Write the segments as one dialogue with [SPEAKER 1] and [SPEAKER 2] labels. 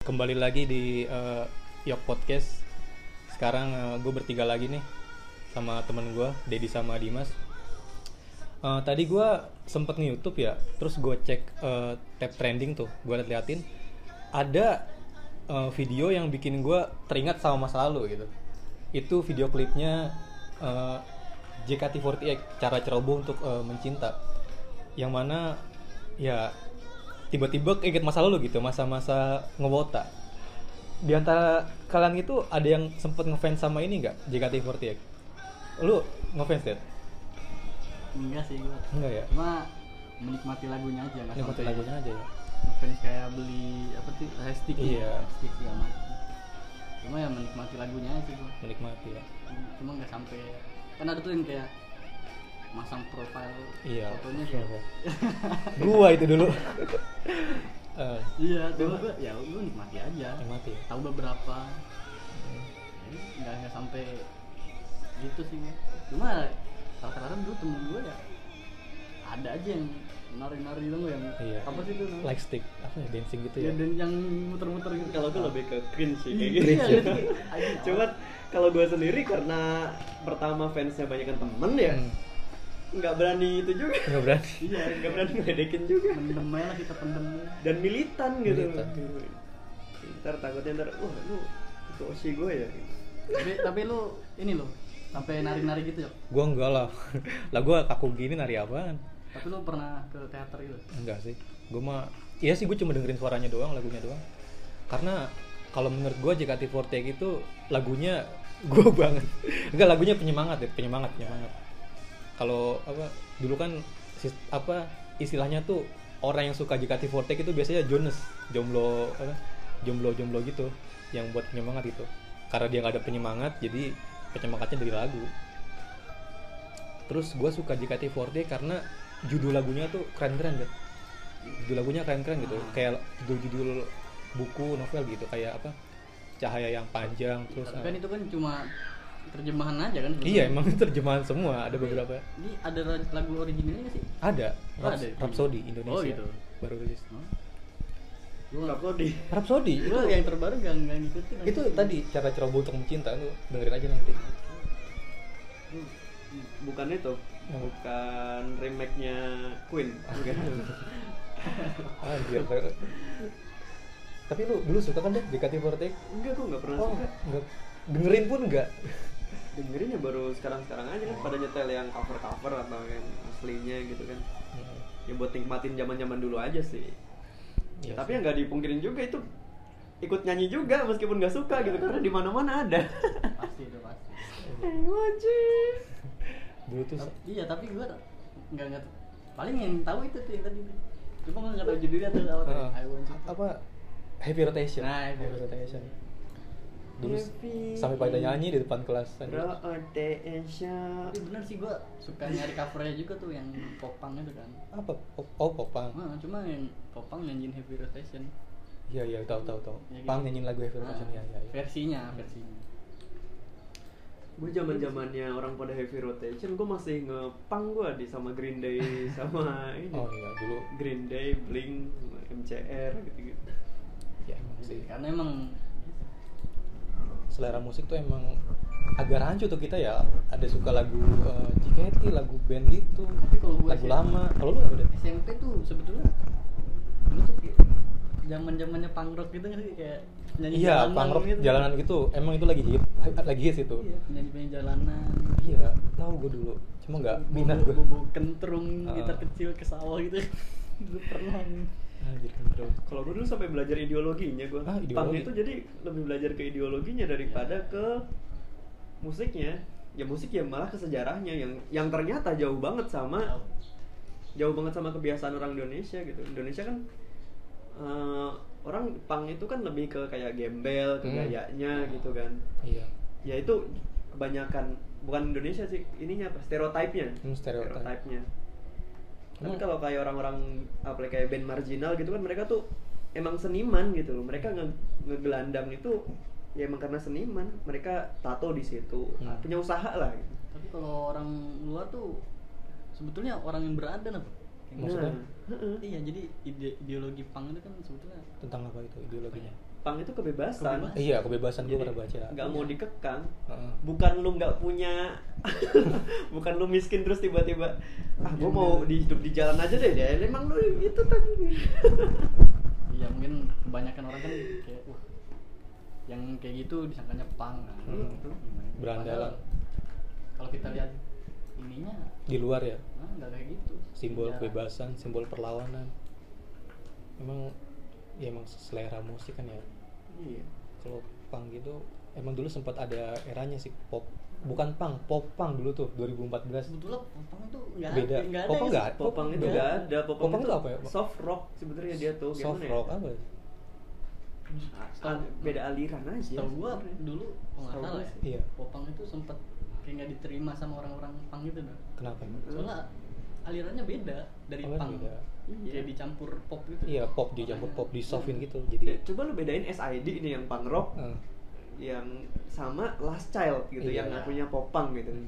[SPEAKER 1] kembali lagi di eh, Yok Podcast. Sekarang gue bertiga lagi nih sama temen gue, Dedi sama Dimas. Eh, tadi gue sempet nge YouTube ya, terus gue cek eh, tab trending tuh, gue liatin ada eh, video yang bikin gue teringat sama masa lalu gitu. Itu video klipnya eh, JKT48 cara ceroboh untuk eh, mencinta, yang mana ya tiba-tiba keinget masa lalu gitu, masa-masa ngewota. Di antara kalian itu ada yang sempet ngefans sama ini nggak JKT48? Lu ngefans deh?
[SPEAKER 2] Enggak Iya sih gua.
[SPEAKER 1] Enggak ya?
[SPEAKER 2] Cuma menikmati lagunya aja nggak
[SPEAKER 1] Nikmatin
[SPEAKER 2] sampai
[SPEAKER 1] lagunya aja ya.
[SPEAKER 2] ngefans kayak beli apa sih hashtag
[SPEAKER 1] Iya.
[SPEAKER 2] hashtag segala macam. Cuma ya menikmati lagunya aja gua.
[SPEAKER 1] Menikmati ya.
[SPEAKER 2] Cuma nggak sampai kan ada tuh yang kayak masang profil
[SPEAKER 1] Iya.
[SPEAKER 2] fotonya kayak
[SPEAKER 1] Gua itu dulu. Eh,
[SPEAKER 2] iya cuma gua ya gua nikmati aja
[SPEAKER 1] nikmati Iya. ya.
[SPEAKER 2] tahu beberapa nggak nggak sampai gitu sih gua. cuma rata-rata dulu temen gue ya ada aja yang nari-nari dong yang
[SPEAKER 1] Iya.
[SPEAKER 2] apa sih itu namanya?
[SPEAKER 1] Like stick, apa ya dancing gitu
[SPEAKER 2] Ya,
[SPEAKER 1] ya.
[SPEAKER 2] dan yang muter-muter gitu
[SPEAKER 3] Iya. kalau gue lebih ke cringe sih kayak
[SPEAKER 2] Iya,
[SPEAKER 3] gitu.
[SPEAKER 2] gitu. Anjing,
[SPEAKER 3] Cuman kalau gue sendiri karena pertama fansnya banyak temen ya,
[SPEAKER 1] Hmm,
[SPEAKER 3] nggak berani itu juga,
[SPEAKER 1] Nggak berani.
[SPEAKER 2] iya
[SPEAKER 3] nggak berani ngedekin juga
[SPEAKER 2] pendem aja lah kita pendem
[SPEAKER 3] dan militan gitu.
[SPEAKER 1] Militan.
[SPEAKER 3] Ntar takutnya ntar, wah lu itu osi gue ya.
[SPEAKER 2] tapi tapi lu ini lo sampai nari-nari gitu ya
[SPEAKER 1] Gua enggak lah. lah gua kaku gini nari apaan?
[SPEAKER 2] tapi lu pernah ke teater gitu
[SPEAKER 1] Enggak sih. Gue mah iya sih gue cuma dengerin suaranya doang, lagunya doang. Karena kalau menurut gue JKT48 itu gitu, lagunya gue banget. Enggak lagunya penyemangat ya, penyemangat, penyemangat. Kalau apa dulu kan sis- apa istilahnya tuh orang yang suka JKT48 itu biasanya Jones, jomblo apa jomblo-jomblo gitu yang buat penyemangat gitu. Karena dia nggak ada penyemangat, jadi penyemangatnya dari lagu. Terus gue suka JKT48 karena judul lagunya tuh keren-keren gitu. Judul lagunya keren-keren gitu.
[SPEAKER 2] Ah.
[SPEAKER 1] Kayak judul-judul buku, novel gitu. Kayak apa? Cahaya yang panjang terus ah,
[SPEAKER 2] tapi kan itu kan cuma terjemahan aja kan sebenarnya.
[SPEAKER 1] Iya, emang terjemahan semua. Ada beberapa.
[SPEAKER 2] ini ada lagu originalnya nggak sih
[SPEAKER 1] Ada
[SPEAKER 2] Oh,
[SPEAKER 1] Raps-
[SPEAKER 2] ada.
[SPEAKER 1] Rhapsody Indonesia.
[SPEAKER 2] Oh, gitu.
[SPEAKER 1] Baru rilis.
[SPEAKER 2] Hah?
[SPEAKER 3] Gue nggak perlu di.
[SPEAKER 1] Rhapsody itu,
[SPEAKER 2] Gue yang terbaru gak, gak ngikutin
[SPEAKER 1] itu tadi cara ceroboh untuk mencinta lu dengerin aja nanti.
[SPEAKER 3] Hmm. Bukan itu, bukan remake-nya Queen. Bukan.
[SPEAKER 1] Anjir. Ah, Tapi lu dulu suka kan deh JKT48?
[SPEAKER 3] Enggak, gue nggak pernah
[SPEAKER 1] Oh,
[SPEAKER 3] suka.
[SPEAKER 1] enggak. Dengerin pun enggak.
[SPEAKER 3] Dengerin ya baru sekarang-sekarang aja kan pada nyetel yang cover-cover atau yang aslinya gitu kan. Ya buat nikmatin zaman-zaman dulu aja sih.
[SPEAKER 1] Iya
[SPEAKER 3] tapi
[SPEAKER 1] sih.
[SPEAKER 3] yang nggak dipungkirin juga itu ikut nyanyi juga meskipun nggak suka gitu karena di mana-mana ada.
[SPEAKER 2] Pasti udah pasti
[SPEAKER 3] Hey, wajib.
[SPEAKER 1] dulu tuh
[SPEAKER 2] Tapi- Iya tapi gue gak ngerti Paling yang tahu itu tuh yang tadi Cuma gue gak tau judulnya tuh
[SPEAKER 3] Oh,
[SPEAKER 2] apa tuh
[SPEAKER 1] Heeh.
[SPEAKER 2] I want you to-
[SPEAKER 1] Ah, apa heavy rotation
[SPEAKER 2] Nah, heavy
[SPEAKER 1] dulu s-
[SPEAKER 3] Heavy.
[SPEAKER 1] sampai pada nyanyi di depan kelas tadi
[SPEAKER 3] Bro, attention.
[SPEAKER 2] Tapi bener sih gue suka nyari covernya juga tuh yang popang itu kan
[SPEAKER 1] apa Pop- oh popang
[SPEAKER 2] Nah, Cuma yang popang nyanyiin Heavy Rotation
[SPEAKER 1] iya iya tahu tahu tahu
[SPEAKER 2] Ya, gitu.
[SPEAKER 1] pang nyanyiin lagu heavy
[SPEAKER 2] Nah,
[SPEAKER 1] rotation iya iya iya.
[SPEAKER 2] Versinya, versinya
[SPEAKER 3] Gue zaman zamannya orang pada heavy rotation, gue masih ngepang gue di sama Green Day sama ini.
[SPEAKER 1] oh iya dulu
[SPEAKER 3] Green Day, Blink, MCR gitu-gitu.
[SPEAKER 1] ya emang sih
[SPEAKER 2] Karena emang
[SPEAKER 1] selera musik tuh emang agak rancu tuh kita ya ada suka lagu eh, JKT lagu band gitu
[SPEAKER 2] Tapi kalau gua
[SPEAKER 1] lagu
[SPEAKER 2] sih-
[SPEAKER 1] lama kalau lu apa deh
[SPEAKER 2] SMP tuh sebetulnya dulu tuh kayak zaman zamannya punk rock gitu nggak sih kayak nyanyi
[SPEAKER 1] iya punk rock jalanan gitu emang itu lagi hit lagi hits itu
[SPEAKER 2] iya, nyanyi nyanyi jalanan
[SPEAKER 1] iya tahu gue dulu cuma nggak minat
[SPEAKER 2] Bobo-
[SPEAKER 1] gue
[SPEAKER 2] bobo kentrung
[SPEAKER 1] Ah.
[SPEAKER 2] gitar kecil ke sawah gitu dulu pernah nih.
[SPEAKER 1] anjir kendor
[SPEAKER 3] Kalau gue dulu sampai belajar ideologinya gue.
[SPEAKER 1] Ah, ideologi. Iya.
[SPEAKER 3] Punk itu jadi lebih belajar ke ideologinya daripada ke musiknya. Ya musik ya malah ke sejarahnya yang yang ternyata jauh banget sama jauh banget sama kebiasaan orang Indonesia gitu. Indonesia kan eh, orang pang itu kan lebih ke kayak gembel, ke
[SPEAKER 1] Hmm.
[SPEAKER 3] gayanya gitu kan.
[SPEAKER 1] iya
[SPEAKER 3] Ya itu kebanyakan bukan Indonesia sih ininya apa stereotipnya.
[SPEAKER 1] Hmm, stereotype.
[SPEAKER 3] Stereotipnya. Tapi
[SPEAKER 1] Emang-
[SPEAKER 3] kalau kayak orang-orang apa kayak band marginal gitu kan mereka tuh emang seniman gitu loh. Mereka nge ngegelandang itu ya emang karena seniman. Mereka tato di situ,
[SPEAKER 1] Hmm.
[SPEAKER 3] punya usaha lah. Gitu.
[SPEAKER 2] tapi kalau orang luar tuh sebetulnya orang yang berada apa
[SPEAKER 1] Maksudnya?
[SPEAKER 3] Nah, heeh.
[SPEAKER 2] iya jadi ide- ideologi punk itu kan sebetulnya
[SPEAKER 1] tentang apa itu ideologinya
[SPEAKER 3] punk itu kebebasan.
[SPEAKER 2] Kebebasan.
[SPEAKER 1] iya kebebasan gue
[SPEAKER 3] Jadi,
[SPEAKER 1] pernah baca Iya.
[SPEAKER 3] nggak mau dikekang.
[SPEAKER 1] Heeh.
[SPEAKER 3] Bukan lu nggak punya, bukan lu miskin terus tiba-tiba, ah gue
[SPEAKER 1] Iya.
[SPEAKER 3] mau di hidup di jalan aja deh, ya emang lu itu tadi.
[SPEAKER 2] Iya mungkin kebanyakan orang kan kayak uh yang kayak gitu disangkanya pang kan.
[SPEAKER 1] Hmm.
[SPEAKER 2] Gimana?
[SPEAKER 1] Berandalan.
[SPEAKER 2] Padahal Kalau kita lihat ininya
[SPEAKER 1] di luar ya
[SPEAKER 2] nah, nggak kayak gitu.
[SPEAKER 1] simbol
[SPEAKER 2] Sejarah.
[SPEAKER 1] kebebasan simbol perlawanan emang ya emang selera musik kan ya
[SPEAKER 3] Iya.
[SPEAKER 1] kalau punk gitu emang dulu sempat ada eranya sih pop bukan punk pop punk dulu tuh 2014
[SPEAKER 2] Sebetulnya popang itu nggak
[SPEAKER 1] Beda.
[SPEAKER 2] ada, nggak ada.
[SPEAKER 1] Popang
[SPEAKER 2] yang
[SPEAKER 1] nggak ada.
[SPEAKER 3] Popang itu
[SPEAKER 1] Nggak.
[SPEAKER 3] nggak ada. Popang,
[SPEAKER 1] Popang
[SPEAKER 3] itu
[SPEAKER 1] itu apa ya?
[SPEAKER 3] Soft rock sebenarnya dia tuh.
[SPEAKER 1] soft
[SPEAKER 3] gimana ya?
[SPEAKER 1] rock apa ya?
[SPEAKER 3] Ah, ah, beda aliran aja.
[SPEAKER 2] Tahu gua
[SPEAKER 3] sebenarnya.
[SPEAKER 2] dulu kalau nggak
[SPEAKER 3] Setahu
[SPEAKER 2] salah
[SPEAKER 3] gua
[SPEAKER 2] ya.
[SPEAKER 3] sih.
[SPEAKER 1] iya
[SPEAKER 2] Popang itu sempat kayak nggak diterima sama orang-orang pang gitu nah.
[SPEAKER 1] kenapa emang?
[SPEAKER 2] Soalnya alirannya beda dari
[SPEAKER 1] Oh,
[SPEAKER 2] pang.
[SPEAKER 1] beda.
[SPEAKER 2] Kayak dicampur pop gitu.
[SPEAKER 1] iya pop dicampur pop di softin
[SPEAKER 2] Hmm.
[SPEAKER 1] gitu jadi
[SPEAKER 3] Ya, coba lu bedain SID ini yang punk rock
[SPEAKER 1] eh,
[SPEAKER 3] yang sama Last Child gitu
[SPEAKER 1] Iya.
[SPEAKER 3] yang ngakunya popang gitu.
[SPEAKER 1] Hmm.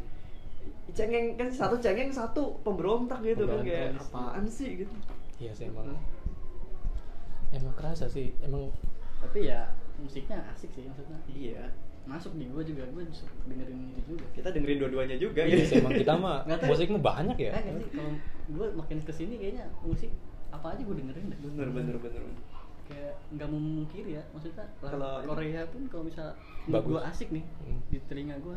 [SPEAKER 3] Cengeng kan satu cengeng satu pemberontak gitu kan kayak
[SPEAKER 1] Pemberontak.
[SPEAKER 3] apaan sih gitu.
[SPEAKER 1] iya sih emang
[SPEAKER 2] Hmm.
[SPEAKER 1] emang kerasa sih emang
[SPEAKER 2] Tapi ya musiknya asik sih maksudnya.
[SPEAKER 3] Iya.
[SPEAKER 2] Masuk di gua juga gua su- dengerin itu juga.
[SPEAKER 3] Kita dengerin dua-duanya juga
[SPEAKER 1] iya sih
[SPEAKER 3] gitu.
[SPEAKER 1] emang kita mah
[SPEAKER 2] Nggak tahu.
[SPEAKER 1] musiknya banyak ya
[SPEAKER 2] Ya. Kan sih kalau gue makin kesini kayaknya musik apa aja gue dengerin deh.
[SPEAKER 3] Bener bener
[SPEAKER 1] Hmm.
[SPEAKER 3] bener.
[SPEAKER 2] Kayak nggak mau mungkiri ya maksudnya lah,
[SPEAKER 3] Kalau-
[SPEAKER 2] Korea pun kalau misal
[SPEAKER 1] Bagus.
[SPEAKER 2] gue asik nih
[SPEAKER 1] Hmm.
[SPEAKER 2] di telinga gue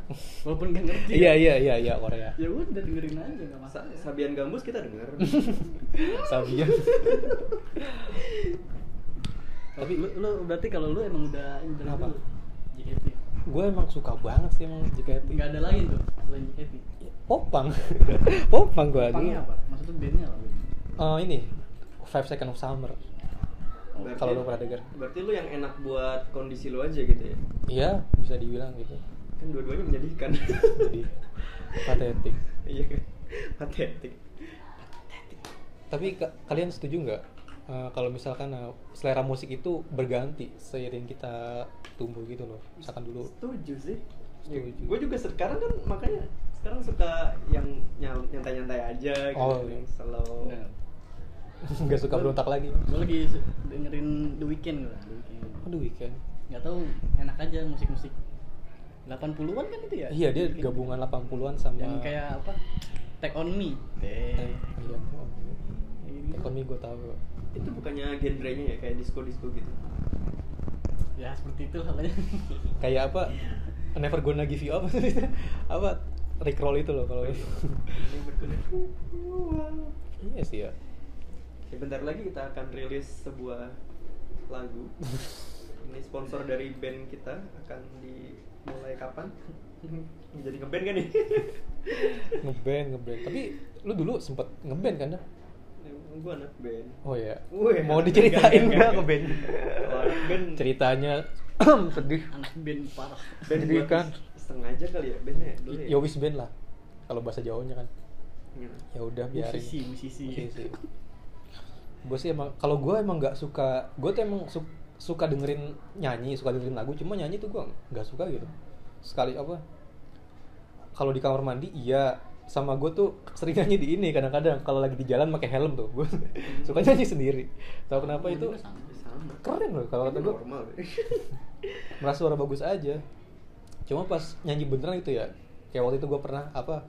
[SPEAKER 2] walaupun gak ngerti.
[SPEAKER 1] iya iya iya iya Korea
[SPEAKER 2] Ya udah dengerin aja nggak
[SPEAKER 3] Sa-
[SPEAKER 2] masalah.
[SPEAKER 1] ya?
[SPEAKER 3] Sabian Gambus kita denger.
[SPEAKER 1] Sabian
[SPEAKER 2] Tapi lu, lu berarti kalau lu emang udah ini dari
[SPEAKER 1] Apa?
[SPEAKER 2] dulu JKT.
[SPEAKER 1] gue emang suka banget sih emang JKT
[SPEAKER 2] Nggak ada lain tuh selain JKT.
[SPEAKER 1] popang popang gue dulu
[SPEAKER 2] Pangnya apa? Maksudnya bandnya apa?
[SPEAKER 1] Eh, ini Five Seconds of Summer
[SPEAKER 3] Berarti-
[SPEAKER 1] Oh,
[SPEAKER 2] ya?
[SPEAKER 1] kalau lu pernah denger
[SPEAKER 3] Berarti lu yang enak buat kondisi lu aja gitu ya.
[SPEAKER 1] iya bisa dibilang gitu
[SPEAKER 3] Kan dua-duanya menjadikan.
[SPEAKER 1] jadi patetik
[SPEAKER 3] Iya kan. Patetik.
[SPEAKER 1] tapi ka- kalian setuju nggak eh, kalau misalkan eh, selera musik itu berganti seiring kita tumbuh gitu loh misalkan dulu
[SPEAKER 3] Setuju sih.
[SPEAKER 1] Setuju.
[SPEAKER 3] Gue juga sekarang kan makanya sekarang suka yang nyal- nyantai-nyantai aja gitu,
[SPEAKER 1] Oh, iya.
[SPEAKER 3] yang slow.
[SPEAKER 2] Bener.
[SPEAKER 1] nggak suka berontak lagi
[SPEAKER 2] Gue lagi su- dengerin The Weeknd gue. The Weeknd.
[SPEAKER 1] aduh weekend
[SPEAKER 2] nggak tahu enak aja musik-musik 80-an kan itu ya?
[SPEAKER 1] iya dia gabungan 80-an sama
[SPEAKER 2] yang kayak apa? Take on me. gitu.
[SPEAKER 1] Eh, iya ekonomi gue tahu
[SPEAKER 3] Itu bukannya genrenya ya kayak disco-disco gitu.
[SPEAKER 2] Ya seperti itu halnya.
[SPEAKER 1] kayak apa never gonna give you up apa Rickroll itu loh kalau
[SPEAKER 3] Ini berguna.
[SPEAKER 1] iya sih ya
[SPEAKER 3] Ya, bentar lagi kita akan rilis sebuah lagu. Ini sponsor dari band kita akan dimulai kapan? Jadi ngeband kan nih?
[SPEAKER 1] ngeband ngeband tapi lu dulu sempet ngeband kan dah
[SPEAKER 3] Gue anak band.
[SPEAKER 1] oh ya
[SPEAKER 3] Wih,
[SPEAKER 1] mau
[SPEAKER 3] anak
[SPEAKER 1] diceritain
[SPEAKER 3] band,
[SPEAKER 1] nggak
[SPEAKER 3] anak
[SPEAKER 1] ngeband
[SPEAKER 3] Kalau anak band
[SPEAKER 1] ceritanya sedih
[SPEAKER 2] Anak band parah.
[SPEAKER 3] band
[SPEAKER 1] Jadi
[SPEAKER 3] gua
[SPEAKER 1] kan-
[SPEAKER 3] setengah aja kali ya bandnya ya, dulu ya.
[SPEAKER 1] Yowis band lah kalau bahasa Jawanya kan
[SPEAKER 3] Ya.
[SPEAKER 1] ya udah biarin
[SPEAKER 2] Musisi, musisi.
[SPEAKER 1] gue Iya sih emang kalau gue emang nggak suka gue tuh emang su- suka dengerin nyanyi suka dengerin lagu cuma nyanyi tuh gue nggak suka gitu sekali apa kalau di kamar mandi iya sama gue tuh sering nyanyi di ini kadang-kadang kalau lagi di jalan pakai helm tuh gue suka nyanyi sendiri tahu kenapa itu
[SPEAKER 2] Iya, Juga sama.
[SPEAKER 3] Sama.
[SPEAKER 1] keren loh kalau kata
[SPEAKER 3] Ini
[SPEAKER 1] gue
[SPEAKER 3] normal. deh.
[SPEAKER 1] merasa suara bagus aja cuma pas nyanyi beneran itu ya kayak waktu itu gue pernah apa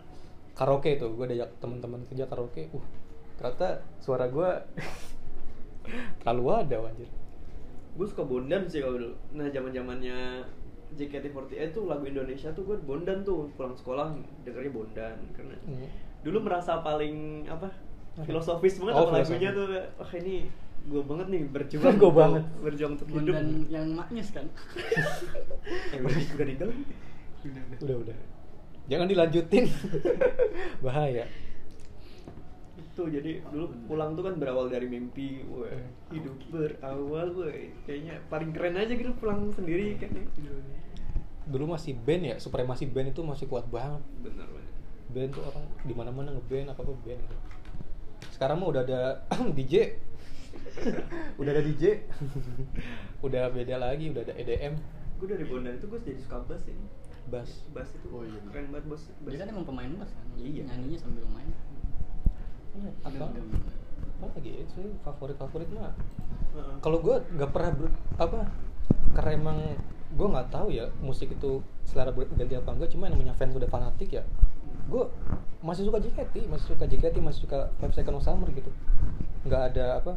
[SPEAKER 1] karaoke itu gue diajak teman-teman kerja karaoke uh ternyata suara gue terlalu wadah anjir
[SPEAKER 3] gue suka Bondan sih kalau dulu. Nah, zaman-zamannya JKT48 tuh lagu Indonesia tuh gue Bondan tuh pulang sekolah dengernya Bondan karena
[SPEAKER 1] Hmm.
[SPEAKER 3] dulu merasa paling apa
[SPEAKER 1] Apa?
[SPEAKER 3] filosofis banget
[SPEAKER 1] Oh,
[SPEAKER 3] sama lagunya tuh
[SPEAKER 1] filosofis.
[SPEAKER 3] wah ini gue banget nih
[SPEAKER 1] Gua
[SPEAKER 3] berjuang untuk-
[SPEAKER 1] banget.
[SPEAKER 3] berjuang untuk hidup
[SPEAKER 2] Dan yang maknyes kan.
[SPEAKER 3] eh udah di- udah di dalam
[SPEAKER 1] udah udah jangan dilanjutin bahaya
[SPEAKER 3] itu jadi dulu pulang tuh kan berawal dari mimpi wah
[SPEAKER 1] Hmm.
[SPEAKER 3] hidup berawal wah kayaknya paling keren aja gitu pulang sendiri
[SPEAKER 2] Iya,
[SPEAKER 3] kan ya
[SPEAKER 1] dulu masih band ya supremasi band itu masih kuat banget
[SPEAKER 3] bener banget
[SPEAKER 1] band tuh orang di mana mana ngeband apa apa band gitu. sekarang mah udah ada DJ udah ada DJ udah beda lagi udah ada E EDM
[SPEAKER 3] gue dari Bondan itu gue jadi suka bass ini
[SPEAKER 1] bass
[SPEAKER 3] bass itu
[SPEAKER 2] Oh, iya.
[SPEAKER 3] keren banget bos bass.
[SPEAKER 2] Dia kan emang pemain bass kan.
[SPEAKER 3] Iya.
[SPEAKER 2] Nyanyinya sambil main.
[SPEAKER 1] apa
[SPEAKER 2] Dan-
[SPEAKER 1] apa lagi ya sih favorit favorit mah
[SPEAKER 3] Heeh.
[SPEAKER 1] kalau gue nggak pernah ber- apa karena emang gue nggak tahu ya musik itu selera berganti apa enggak cuma yang namanya fans udah fanatik ya gue masih suka JKT masih suka JKT masih suka Five Seconds of Summer gitu nggak ada apa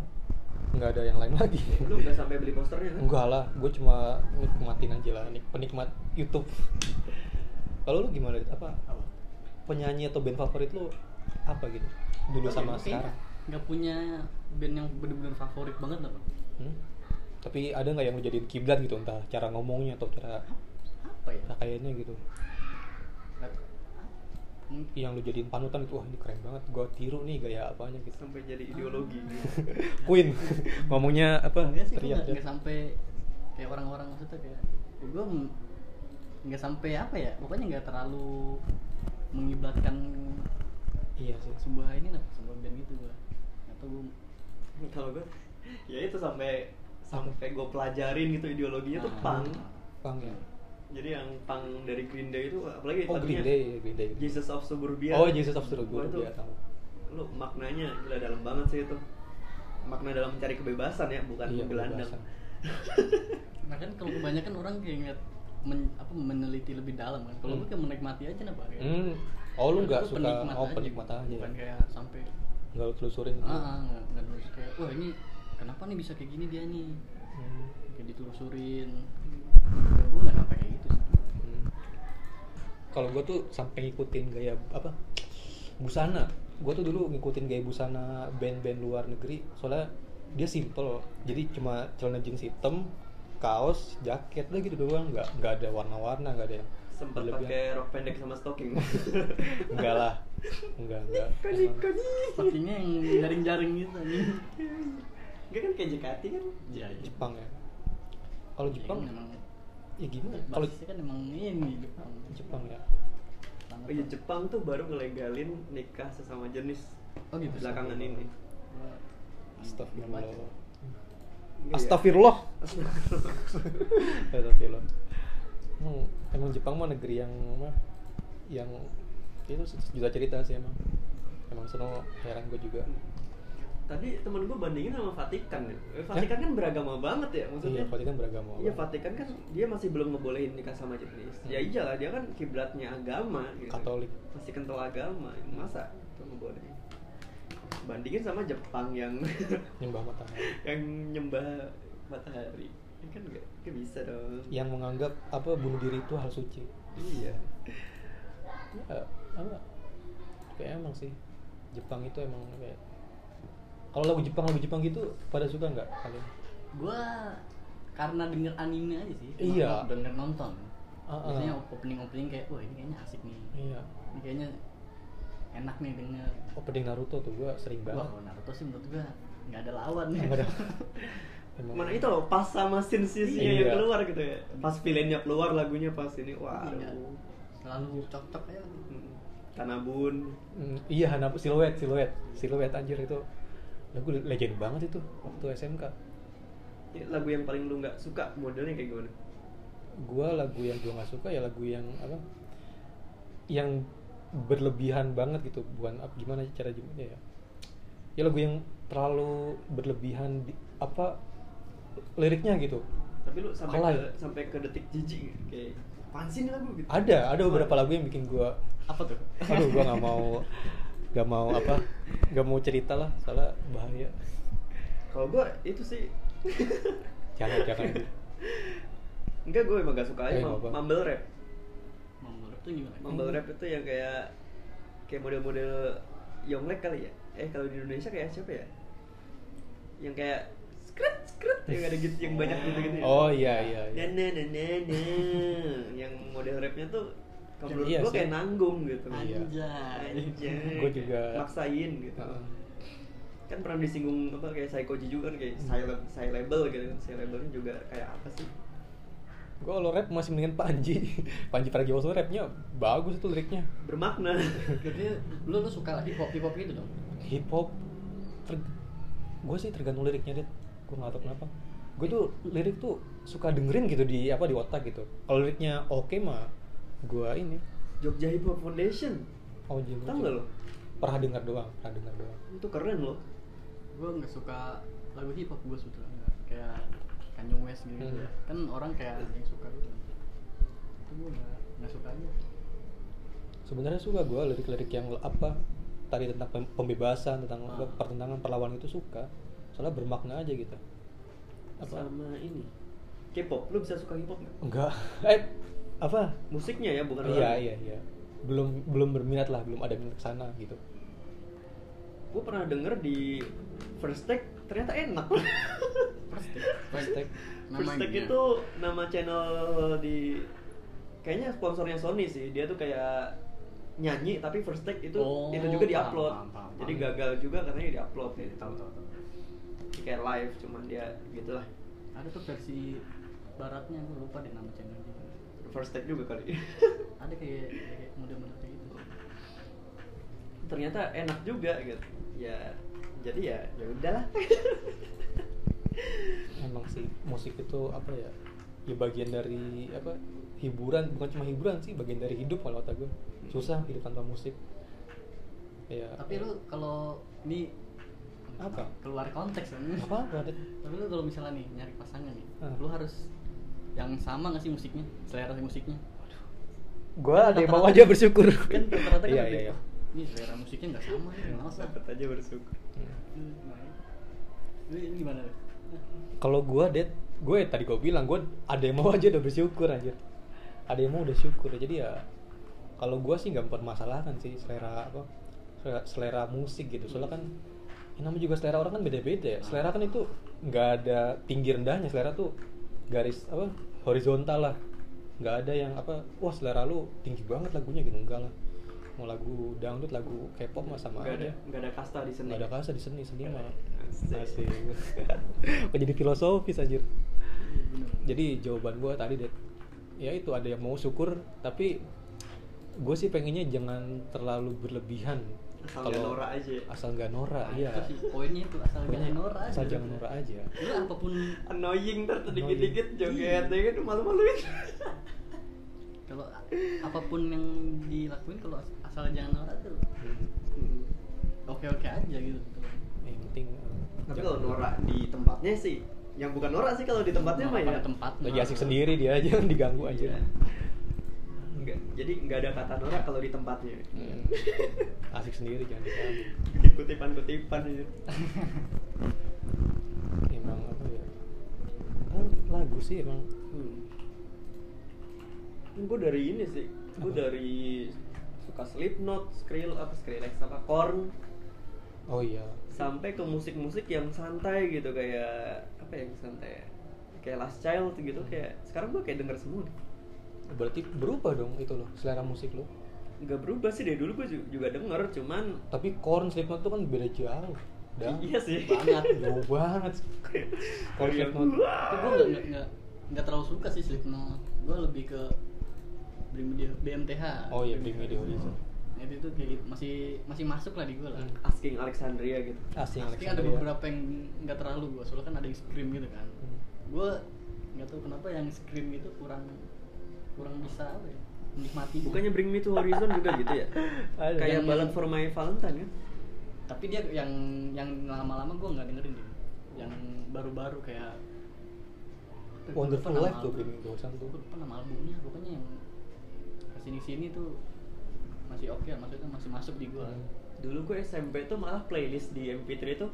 [SPEAKER 1] nggak ada yang lain lagi
[SPEAKER 3] Lu nggak sampai beli posternya kan?
[SPEAKER 1] enggak lah gue cuma nikmatin aja lah nik- penikmat YouTube kalau lu gimana Dit? apa
[SPEAKER 2] Apa?
[SPEAKER 1] penyanyi atau band favorit lu apa gitu dulu sama
[SPEAKER 2] Oke,
[SPEAKER 1] sekarang
[SPEAKER 2] nggak punya band yang bener-bener favorit banget apa
[SPEAKER 1] Hmm? tapi ada nggak yang lu jadiin kiblat gitu entah cara ngomongnya atau cara
[SPEAKER 2] apa ya
[SPEAKER 1] pakaiannya gitu yang lu jadiin panutan itu wah ini keren banget gue tiru nih gaya apanya gitu
[SPEAKER 3] Sampai jadi
[SPEAKER 2] Ah.
[SPEAKER 3] ideologi. gitu.
[SPEAKER 1] Queen ngomongnya apa
[SPEAKER 2] enggak sih gue
[SPEAKER 1] teriak
[SPEAKER 2] nggak
[SPEAKER 1] ya.
[SPEAKER 2] nggak sampai kayak orang-orang maksudnya kayak gue m- nggak sampai apa ya pokoknya nggak terlalu mengiblatkan
[SPEAKER 1] iya sih
[SPEAKER 2] sebuah ini lah sebuah band gitu gue atau gue
[SPEAKER 3] Kalau gue, ya itu sampai sampai gue pelajarin gitu ideologinya tuh
[SPEAKER 2] Ah.
[SPEAKER 3] punk.
[SPEAKER 1] pang ya
[SPEAKER 3] Jadi yang punk dari Green Day itu apalagi
[SPEAKER 1] oh Green
[SPEAKER 3] lagunya
[SPEAKER 1] Day Green Day
[SPEAKER 3] Jesus of Suburbia.
[SPEAKER 1] oh Jesus of Suburbia
[SPEAKER 3] Gua tuh,
[SPEAKER 1] ya tahu
[SPEAKER 3] Lu maknanya gila dalam banget sih itu. Makna dalam mencari kebebasan ya, bukan
[SPEAKER 1] Iya,
[SPEAKER 3] gelandang.
[SPEAKER 1] kebebasan.
[SPEAKER 2] nah kan kalau kebanyakan orang kayak ngeliat men- apa meneliti lebih dalam kan kalau
[SPEAKER 1] Hmm.
[SPEAKER 2] gue kayak menikmati aja nah Pak.
[SPEAKER 1] hmm. oh lu
[SPEAKER 2] Iya, Gua
[SPEAKER 1] nggak suka
[SPEAKER 2] penikmat
[SPEAKER 1] oh
[SPEAKER 2] aja,
[SPEAKER 1] penikmat aja ya
[SPEAKER 2] bukan kayak sampai
[SPEAKER 1] nggak lu telusurin gitu.
[SPEAKER 2] ah ah, nggak nggak terus kayak wah ini kenapa nih bisa kayak gini dia nih
[SPEAKER 1] Hmm.
[SPEAKER 2] kayak ditelusurin ya, gue nggak sampai kayak gitu sih
[SPEAKER 1] Hmm. Kalau gue tuh sampai ngikutin gaya apa busana. Gue tuh dulu ngikutin gaya busana band-band luar negeri. Soalnya dia simple, jadi cuma celana jeans hitam, kaos, jaket udah gitu doang. Nggak nggak ada warna-warna, nggak ada yang
[SPEAKER 3] Sempet
[SPEAKER 1] berlebihan.
[SPEAKER 3] pakai rok pendek sama stocking.
[SPEAKER 1] Enggak lah, enggak enggak.
[SPEAKER 3] Kodi
[SPEAKER 1] Emang.
[SPEAKER 3] kodi.
[SPEAKER 2] Pakainya yang jaring-jaring gitu anjing.
[SPEAKER 3] Gak kan kayak JKT kan?
[SPEAKER 2] Ya, ya.
[SPEAKER 1] Jepang ya. Kalau Jepang,
[SPEAKER 2] Ya, kan emang
[SPEAKER 1] ya gimana?
[SPEAKER 2] kalau
[SPEAKER 1] Kalau
[SPEAKER 2] kan emang ini Jepang.
[SPEAKER 1] Jepang ya,
[SPEAKER 2] Jepang.
[SPEAKER 3] Oh iya Jepang tuh baru ngelegalin nikah sesama jenis
[SPEAKER 2] Oh gitu.
[SPEAKER 3] belakangan ini.
[SPEAKER 2] Gua-
[SPEAKER 1] astagfirullah.
[SPEAKER 2] baca.
[SPEAKER 3] Iya.
[SPEAKER 1] Astagfirullah. Gak tau film. Emang, emang Jepang mah negeri yang mah yang itu sejuta cerita sih emang. Emang seno heran gue juga.
[SPEAKER 3] Tadi temen gue bandingin sama Vatikan ya. Eh, Vatikan kan beragama banget ya maksudnya.
[SPEAKER 1] Iya, pasti kan beragama.
[SPEAKER 3] Iya
[SPEAKER 1] banget.
[SPEAKER 3] Vatikan kan dia masih belum ngebolehin nikah sama jenis.
[SPEAKER 1] Hmm.
[SPEAKER 3] Ya iyalah dia kan kiblatnya agama gitu.
[SPEAKER 1] Katolik.
[SPEAKER 3] Masih kental agama. Masa itu ngebolehin? Bandingin sama Jepang yang
[SPEAKER 1] Nyembah matahari.
[SPEAKER 3] yang nyembah matahari. Ya kan gak, gak bisa dong.
[SPEAKER 1] Yang menganggap apa bunuh diri itu hal suci.
[SPEAKER 3] Iya.
[SPEAKER 1] Eh, apa? Kayak emang sih Jepang itu emang kayak kalau lagu Jepang lagu Jepang gitu pada suka nggak kalian?
[SPEAKER 2] Gua karena denger anime aja sih.
[SPEAKER 1] Iya.
[SPEAKER 2] Nonton- Denger nonton.
[SPEAKER 1] Ah, ah.
[SPEAKER 2] Biasanya opening-opening kayak wah ini kayaknya asik nih.
[SPEAKER 1] Iya.
[SPEAKER 2] Ini kayaknya enak nih denger.
[SPEAKER 1] Opening Naruto tuh gue sering
[SPEAKER 2] Wah,
[SPEAKER 1] banget.
[SPEAKER 2] kalau Naruto sih menurut gua nggak ada lawan ya. nih.
[SPEAKER 1] Nggak ada. Emang-
[SPEAKER 3] Mana itu loh pas sama scene-scene
[SPEAKER 1] Iya.
[SPEAKER 3] yang keluar gitu ya. Pas filenya keluar lagunya pas ini. Wah.
[SPEAKER 2] Iya. Selalu cocok ya.
[SPEAKER 3] Kanabun.
[SPEAKER 1] Mm, iya Hanapu siluet siluet siluet anjir itu lagu legend banget itu waktu SMK
[SPEAKER 3] Ini Ya, lagu yang paling lu nggak suka modelnya kayak gimana?
[SPEAKER 1] gua lagu yang gua nggak suka ya lagu yang apa yang berlebihan banget gitu bukan ap- gimana sih cara gimana ya ya lagu yang terlalu berlebihan di- apa liriknya gitu
[SPEAKER 3] Tapi lu sampai
[SPEAKER 1] Alay.
[SPEAKER 3] ke sampai ke detik jijik nggak? kayak apaan sih ini lagu gitu?
[SPEAKER 1] ada ada beberapa lagu yang bikin gua
[SPEAKER 2] Apa tuh?
[SPEAKER 1] aduh gua nggak mau nggak mau apa nggak mau cerita lah soalnya bahaya
[SPEAKER 3] Kalau gua itu sih
[SPEAKER 1] jangan jangan
[SPEAKER 3] enggak gua emang gak suka aja
[SPEAKER 1] Eh,
[SPEAKER 3] mum-
[SPEAKER 1] apa? Hmm.
[SPEAKER 3] mumble rap.
[SPEAKER 2] Menurut tuh gimana?
[SPEAKER 3] Mumble rap itu yang kayak kayak model-model Yonglek kali ya. Eh kalau di Indonesia kayak siapa ya? Yang kayak skret skret yang ada gitu yang banyak gitu gitu.
[SPEAKER 1] oh iya iya, iya.
[SPEAKER 3] Dan nah, nah, nah, nah. yang model rapnya tuh kalau menurut
[SPEAKER 1] Iya
[SPEAKER 3] gua
[SPEAKER 1] sih.
[SPEAKER 3] kayak nanggung gitu.
[SPEAKER 1] Iya.
[SPEAKER 2] Anjay.
[SPEAKER 3] Anjay.
[SPEAKER 1] Gua juga-
[SPEAKER 3] maksain gitu.
[SPEAKER 1] Heeh.
[SPEAKER 3] Kan pernah disinggung apa kayak Psycho Jiju kan kayak
[SPEAKER 1] Hmm.
[SPEAKER 3] silent silable gitu kan. Silable-nya juga kayak apa sih?
[SPEAKER 1] Gue kalau rap masih mendingan Panji. Panji Pragiwaksono rapnya bagus itu liriknya.
[SPEAKER 3] Bermakna.
[SPEAKER 2] Jadi lu lu suka lah hip hop hip hop gitu dong.
[SPEAKER 1] Hip hop ter... gue sih tergantung liriknya, Dit. Gue nggak tahu kenapa. Gue tuh lirik tuh suka dengerin gitu di apa di otak gitu. Kalau liriknya oke mah gue ini
[SPEAKER 3] Jogja Hip Hop Foundation.
[SPEAKER 1] oh jeng.
[SPEAKER 3] Tahu nggak lo?
[SPEAKER 1] Pernah dengar doang, pernah dengar doang.
[SPEAKER 3] Itu keren loh.
[SPEAKER 2] Gue nggak suka lagu hip hop gue sebetulnya kayak Kanye West gitu
[SPEAKER 1] Hmm.
[SPEAKER 2] ya. kan orang kayak ada yang suka gitu itu gue nggak nggak suka aja
[SPEAKER 1] sebenarnya suka gue lirik-lirik yang apa tadi tentang pem- pembebasan tentang
[SPEAKER 2] Ah.
[SPEAKER 1] pertentangan perlawanan itu suka soalnya bermakna aja gitu apa
[SPEAKER 3] sama ini K-pop lu bisa suka K-pop nggak
[SPEAKER 1] enggak eh apa
[SPEAKER 3] musiknya ya bukan
[SPEAKER 1] iya iya iya belum belum berminat lah belum ada minat ke sana gitu
[SPEAKER 3] gue pernah denger di first take ternyata enak
[SPEAKER 2] first take
[SPEAKER 1] First Take.
[SPEAKER 3] first take itu nama channel di kayaknya sponsornya Sony sih dia tuh kayak nyanyi tapi first take itu
[SPEAKER 2] Oh,
[SPEAKER 3] itu juga
[SPEAKER 2] paham,
[SPEAKER 3] diupload
[SPEAKER 2] paham, paham,
[SPEAKER 3] jadi
[SPEAKER 2] paham. Iya,
[SPEAKER 3] gagal juga karena dia diupload
[SPEAKER 2] Oke,
[SPEAKER 3] kayak
[SPEAKER 2] tahu tahu tahu
[SPEAKER 3] kayak live cuman dia gitulah
[SPEAKER 2] ada tuh versi baratnya gue lupa deh nama channelnya
[SPEAKER 3] first take juga kali
[SPEAKER 2] ada kayak kayak model-model kayak gitu
[SPEAKER 3] ternyata enak juga gitu ya jadi ya ya udahlah
[SPEAKER 1] emang sih musik itu apa ya ya bagian dari apa hiburan bukan cuma hiburan sih bagian dari hidup kalau kata gue susah hidup tanpa musik ya
[SPEAKER 2] tapi lu kalau ini
[SPEAKER 1] Apa?
[SPEAKER 2] keluar konteks kan
[SPEAKER 1] apa Radit?
[SPEAKER 2] tapi lu kalau misalnya nih nyari pasangan nih
[SPEAKER 1] Ah.
[SPEAKER 2] lu harus yang sama nggak sih musiknya selera sih musiknya
[SPEAKER 1] Gua ada yang mau
[SPEAKER 2] Rata-rata-
[SPEAKER 1] aja bersyukur.
[SPEAKER 2] kan rata-rata kan
[SPEAKER 1] Iya,
[SPEAKER 2] ada
[SPEAKER 1] iya, iya.
[SPEAKER 2] yang, ini selera musiknya nggak sama nih males lah
[SPEAKER 3] dapat aja bersyukur
[SPEAKER 2] Hmm, nah, lu ini gimana lu?
[SPEAKER 1] Kalau gua det, gue tadi gua bilang gue ada yang mau aja udah bersyukur anjir. Ada yang mau udah syukur. Jadi ya kalau gua sih nggak mempermasalahkan sih selera apa selera, selera musik gitu. Soalnya kan yang namanya juga selera orang kan beda-beda ya. Selera kan itu nggak ada tinggi rendahnya. Selera tuh garis apa horizontal lah. Nggak ada yang apa wah selera lu tinggi banget lagunya gitu enggak lah. Mau lagu dangdut, lagu K-pop mah sama
[SPEAKER 3] nggak ada
[SPEAKER 1] aja.
[SPEAKER 3] nggak ada kasta di seni
[SPEAKER 1] Gak ada kasa di seni, seni mah
[SPEAKER 3] Asik.
[SPEAKER 1] Asik Kok jadi filosofis anjir
[SPEAKER 2] Iya, bener.
[SPEAKER 1] Jadi jawaban gue tadi Det Ya itu ada yang mau syukur Tapi gue sih pengennya jangan terlalu berlebihan
[SPEAKER 3] Asal nggak norak aja ya?
[SPEAKER 1] Asal gak norak,
[SPEAKER 2] Nah,
[SPEAKER 1] iya
[SPEAKER 2] itu sih poinnya itu asal
[SPEAKER 1] Pokoknya
[SPEAKER 2] jangan norak aja
[SPEAKER 1] Asal jangan norak aja
[SPEAKER 2] lu apapun
[SPEAKER 3] annoying ntar tuh dikit-dikit
[SPEAKER 1] Annoying.
[SPEAKER 3] joget ya kan malu-maluin
[SPEAKER 2] kalau a- apapun yang dilakuin kalau as- asal jangan norak tuh
[SPEAKER 1] Hmm.
[SPEAKER 2] oke oke aja gitu
[SPEAKER 1] Yang penting eh,
[SPEAKER 3] tapi
[SPEAKER 1] jangan-
[SPEAKER 3] kalau norak di tempatnya sih yang bukan norak sih kalau di tempatnya mah ya
[SPEAKER 2] Pada tempatnya
[SPEAKER 1] Lagi asik sendiri dia aja diganggu aja
[SPEAKER 3] Iya. Nggak, jadi nggak ada kata norak kalau di tempatnya
[SPEAKER 1] Hmm. Asik sendiri jangan diganggu
[SPEAKER 3] bikin kutipan-kutipan ya. aja
[SPEAKER 1] Emang apa ya kan lagu sih emang
[SPEAKER 3] hmm. gue dari ini sih gue
[SPEAKER 1] Apa?
[SPEAKER 3] dari suka Slipknot, Skrill apa Skrillex apa Korn
[SPEAKER 1] Oh iya
[SPEAKER 3] sampai ke musik-musik yang santai gitu kayak apa yang santai ya? kayak Last Child gitu kayak sekarang gue kayak denger semua nih.
[SPEAKER 1] Berarti berubah dong itu loh selera musik lo.
[SPEAKER 3] nggak berubah sih dari dulu gue juga denger cuman
[SPEAKER 1] Tapi Korn Slipknot tuh kan beda jauh. Dah.
[SPEAKER 3] iya sih
[SPEAKER 2] banget
[SPEAKER 1] Jauh banget.
[SPEAKER 2] Iya.
[SPEAKER 1] Korn
[SPEAKER 3] Kayak,
[SPEAKER 1] Slipknot.
[SPEAKER 2] tapi gue nggak nggak- nggak nggak terlalu suka sih Slipknot gue lebih ke Brimmedia BMTH
[SPEAKER 1] Oh iya, Bring Me The Horizon.
[SPEAKER 2] Nah, itu tuh kayak gitu. masih masih masuk lah di gue lah
[SPEAKER 1] Hmm.
[SPEAKER 3] Asking Alexandria gitu
[SPEAKER 1] Asing
[SPEAKER 2] Tapi ada
[SPEAKER 1] Alexandria.
[SPEAKER 2] beberapa yang nggak terlalu gue soalnya kan ada yang scream gitu kan
[SPEAKER 1] Hmm.
[SPEAKER 2] gue nggak tahu kenapa yang scream itu kurang kurang bisa apa ya menikmati
[SPEAKER 3] bukannya Bring Me To Horizon juga gitu ya
[SPEAKER 1] Ada.
[SPEAKER 3] kayak
[SPEAKER 2] Yang-
[SPEAKER 3] Ballad For My Valentine kan
[SPEAKER 2] tapi dia yang yang lama-lama gue nggak dengerin dia yang baru-baru kayak
[SPEAKER 1] Wonderful
[SPEAKER 2] Gua lupa
[SPEAKER 1] Life
[SPEAKER 2] nama
[SPEAKER 1] tuh
[SPEAKER 2] album.
[SPEAKER 1] Bring Me The Horizon tuh.
[SPEAKER 2] Gua lupa nama albumnya pokoknya yang kesini-sini tuh masih oke lah, maksudnya masih masuk di gue
[SPEAKER 1] Hmm.
[SPEAKER 3] dulu gue SMP tuh malah playlist di MP3 tuh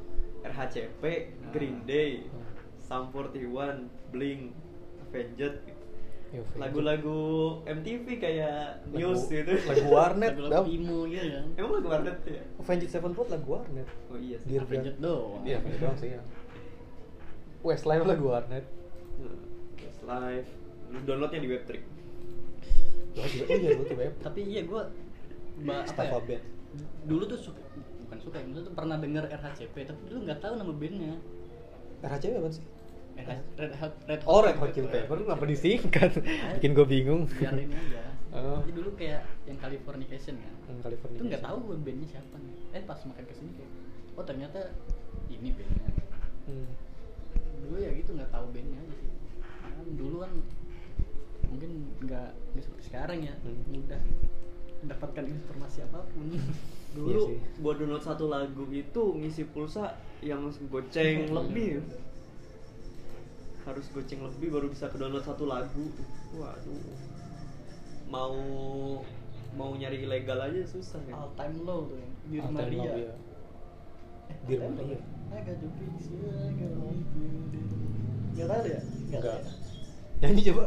[SPEAKER 3] RHCP,
[SPEAKER 1] Ah.
[SPEAKER 2] Nah.
[SPEAKER 3] Green Day,
[SPEAKER 1] Hmm.
[SPEAKER 3] Sum 41, Blink, Avenged
[SPEAKER 1] Yo, Fade.
[SPEAKER 3] lagu-lagu MTV kayak
[SPEAKER 1] Iya, Lagu-
[SPEAKER 3] News gitu
[SPEAKER 1] Lagu warnet.
[SPEAKER 2] lagu emo gitu kan
[SPEAKER 3] emang lagu warnet tuh ya?
[SPEAKER 1] Avenged Sevenfold lagu warnet.
[SPEAKER 3] oh iya sih
[SPEAKER 1] Dear
[SPEAKER 2] Avenged
[SPEAKER 1] Black.
[SPEAKER 2] doang.
[SPEAKER 1] Iya, Avenged doang sih ya. Westlife lagu warnet.
[SPEAKER 3] live Hmm. downloadnya di webtrick
[SPEAKER 1] Wah, juga- Oh iya, lu tuh web.
[SPEAKER 2] tapi iya gue apa ya
[SPEAKER 1] Staffabet.
[SPEAKER 2] dulu tuh suka bukan suka ya maksudnya tuh pernah denger RHCP tapi dulu nggak tahu nama bandnya
[SPEAKER 1] RHCP apa sih?
[SPEAKER 2] Red Hot Red Hot Red
[SPEAKER 1] Eh? Oh, Red Hot Chili Pepper. Kenapa disingkat? Bikin gue bingung.
[SPEAKER 2] Biar ini aja.
[SPEAKER 1] Oh.
[SPEAKER 2] Jadi dulu kayak yang Californication kan.
[SPEAKER 1] Yang California.
[SPEAKER 2] Itu nggak tahu gue bandnya siapa nih. Eh pas makan kesini kayak, oh ternyata ini bandnya.
[SPEAKER 1] Hmm.
[SPEAKER 2] Dulu ya gitu nggak tahu bandnya aja sih. Kan dulu kan mungkin nggak nggak seperti sekarang ya,
[SPEAKER 1] Hmm.
[SPEAKER 2] mudah mendapatkan informasi apapun.
[SPEAKER 1] Iya
[SPEAKER 3] dulu
[SPEAKER 1] sih.
[SPEAKER 3] gua download satu
[SPEAKER 1] Iya.
[SPEAKER 3] lagu itu ngisi pulsa yang goceng lebih harus goceng lebih baru bisa ke download satu lagu waduh mau mau nyari ilegal aja susah ya
[SPEAKER 1] Iya.
[SPEAKER 2] all time low tuh yang Dear
[SPEAKER 1] Alter
[SPEAKER 2] Maria
[SPEAKER 1] Love, ya.
[SPEAKER 2] Eh,
[SPEAKER 1] Dear
[SPEAKER 2] all time
[SPEAKER 1] Maria.
[SPEAKER 2] low. I got your picture, I got your picture. Nggak tahu ya Nggak
[SPEAKER 1] Nggak.
[SPEAKER 2] tahu
[SPEAKER 1] Nyanyi coba.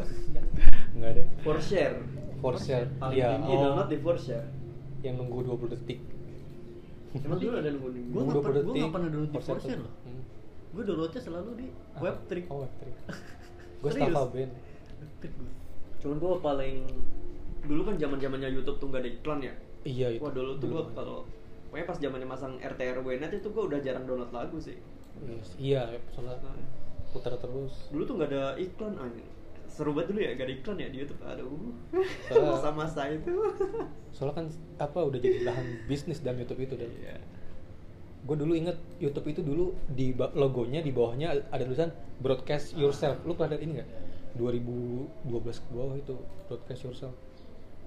[SPEAKER 1] Enggak ada.
[SPEAKER 3] for share
[SPEAKER 1] For sale.
[SPEAKER 3] paling
[SPEAKER 1] Iya.
[SPEAKER 3] tinggi
[SPEAKER 1] Oh,
[SPEAKER 3] download di for share
[SPEAKER 1] yang nunggu 20 detik.
[SPEAKER 3] emang dulu ada nunggu
[SPEAKER 2] Gua nggak
[SPEAKER 3] nunggu
[SPEAKER 1] Nunggu 20
[SPEAKER 2] pernah- gua
[SPEAKER 1] detik.
[SPEAKER 2] nggak pernah download di
[SPEAKER 1] Forshare
[SPEAKER 2] For Sale
[SPEAKER 1] tuh.
[SPEAKER 2] loh.
[SPEAKER 1] Hmm.
[SPEAKER 2] ya. gue downloadnya selalu di web trick
[SPEAKER 1] Oh, web trick. Gue
[SPEAKER 2] Serius?
[SPEAKER 1] Stafa Band.
[SPEAKER 2] web trick gua.
[SPEAKER 3] cuman gua paling dulu kan zaman zamannya YouTube tuh nggak ada iklan ya
[SPEAKER 1] Iya itu.
[SPEAKER 3] wah dulu tuh gua
[SPEAKER 1] Belum.
[SPEAKER 3] kalau pokoknya pas zamannya masang RTRW net itu gua udah jarang download lagu sih
[SPEAKER 1] Yes, Iya, soalnya
[SPEAKER 3] Nah,
[SPEAKER 1] putar terus.
[SPEAKER 3] dulu tuh nggak ada iklan anjir seru banget dulu ya gak ada iklan ya di YouTube aduh
[SPEAKER 1] Soalnya-
[SPEAKER 3] masa-masa itu
[SPEAKER 1] Soalnya kan apa udah jadi lahan bisnis dalam YouTube itu dan
[SPEAKER 3] Iya.
[SPEAKER 1] gue dulu inget YouTube itu dulu di ba- logonya di bawahnya ada tulisan broadcast yourself lu pernah lihat ini nggak 2012 ke bawah itu broadcast yourself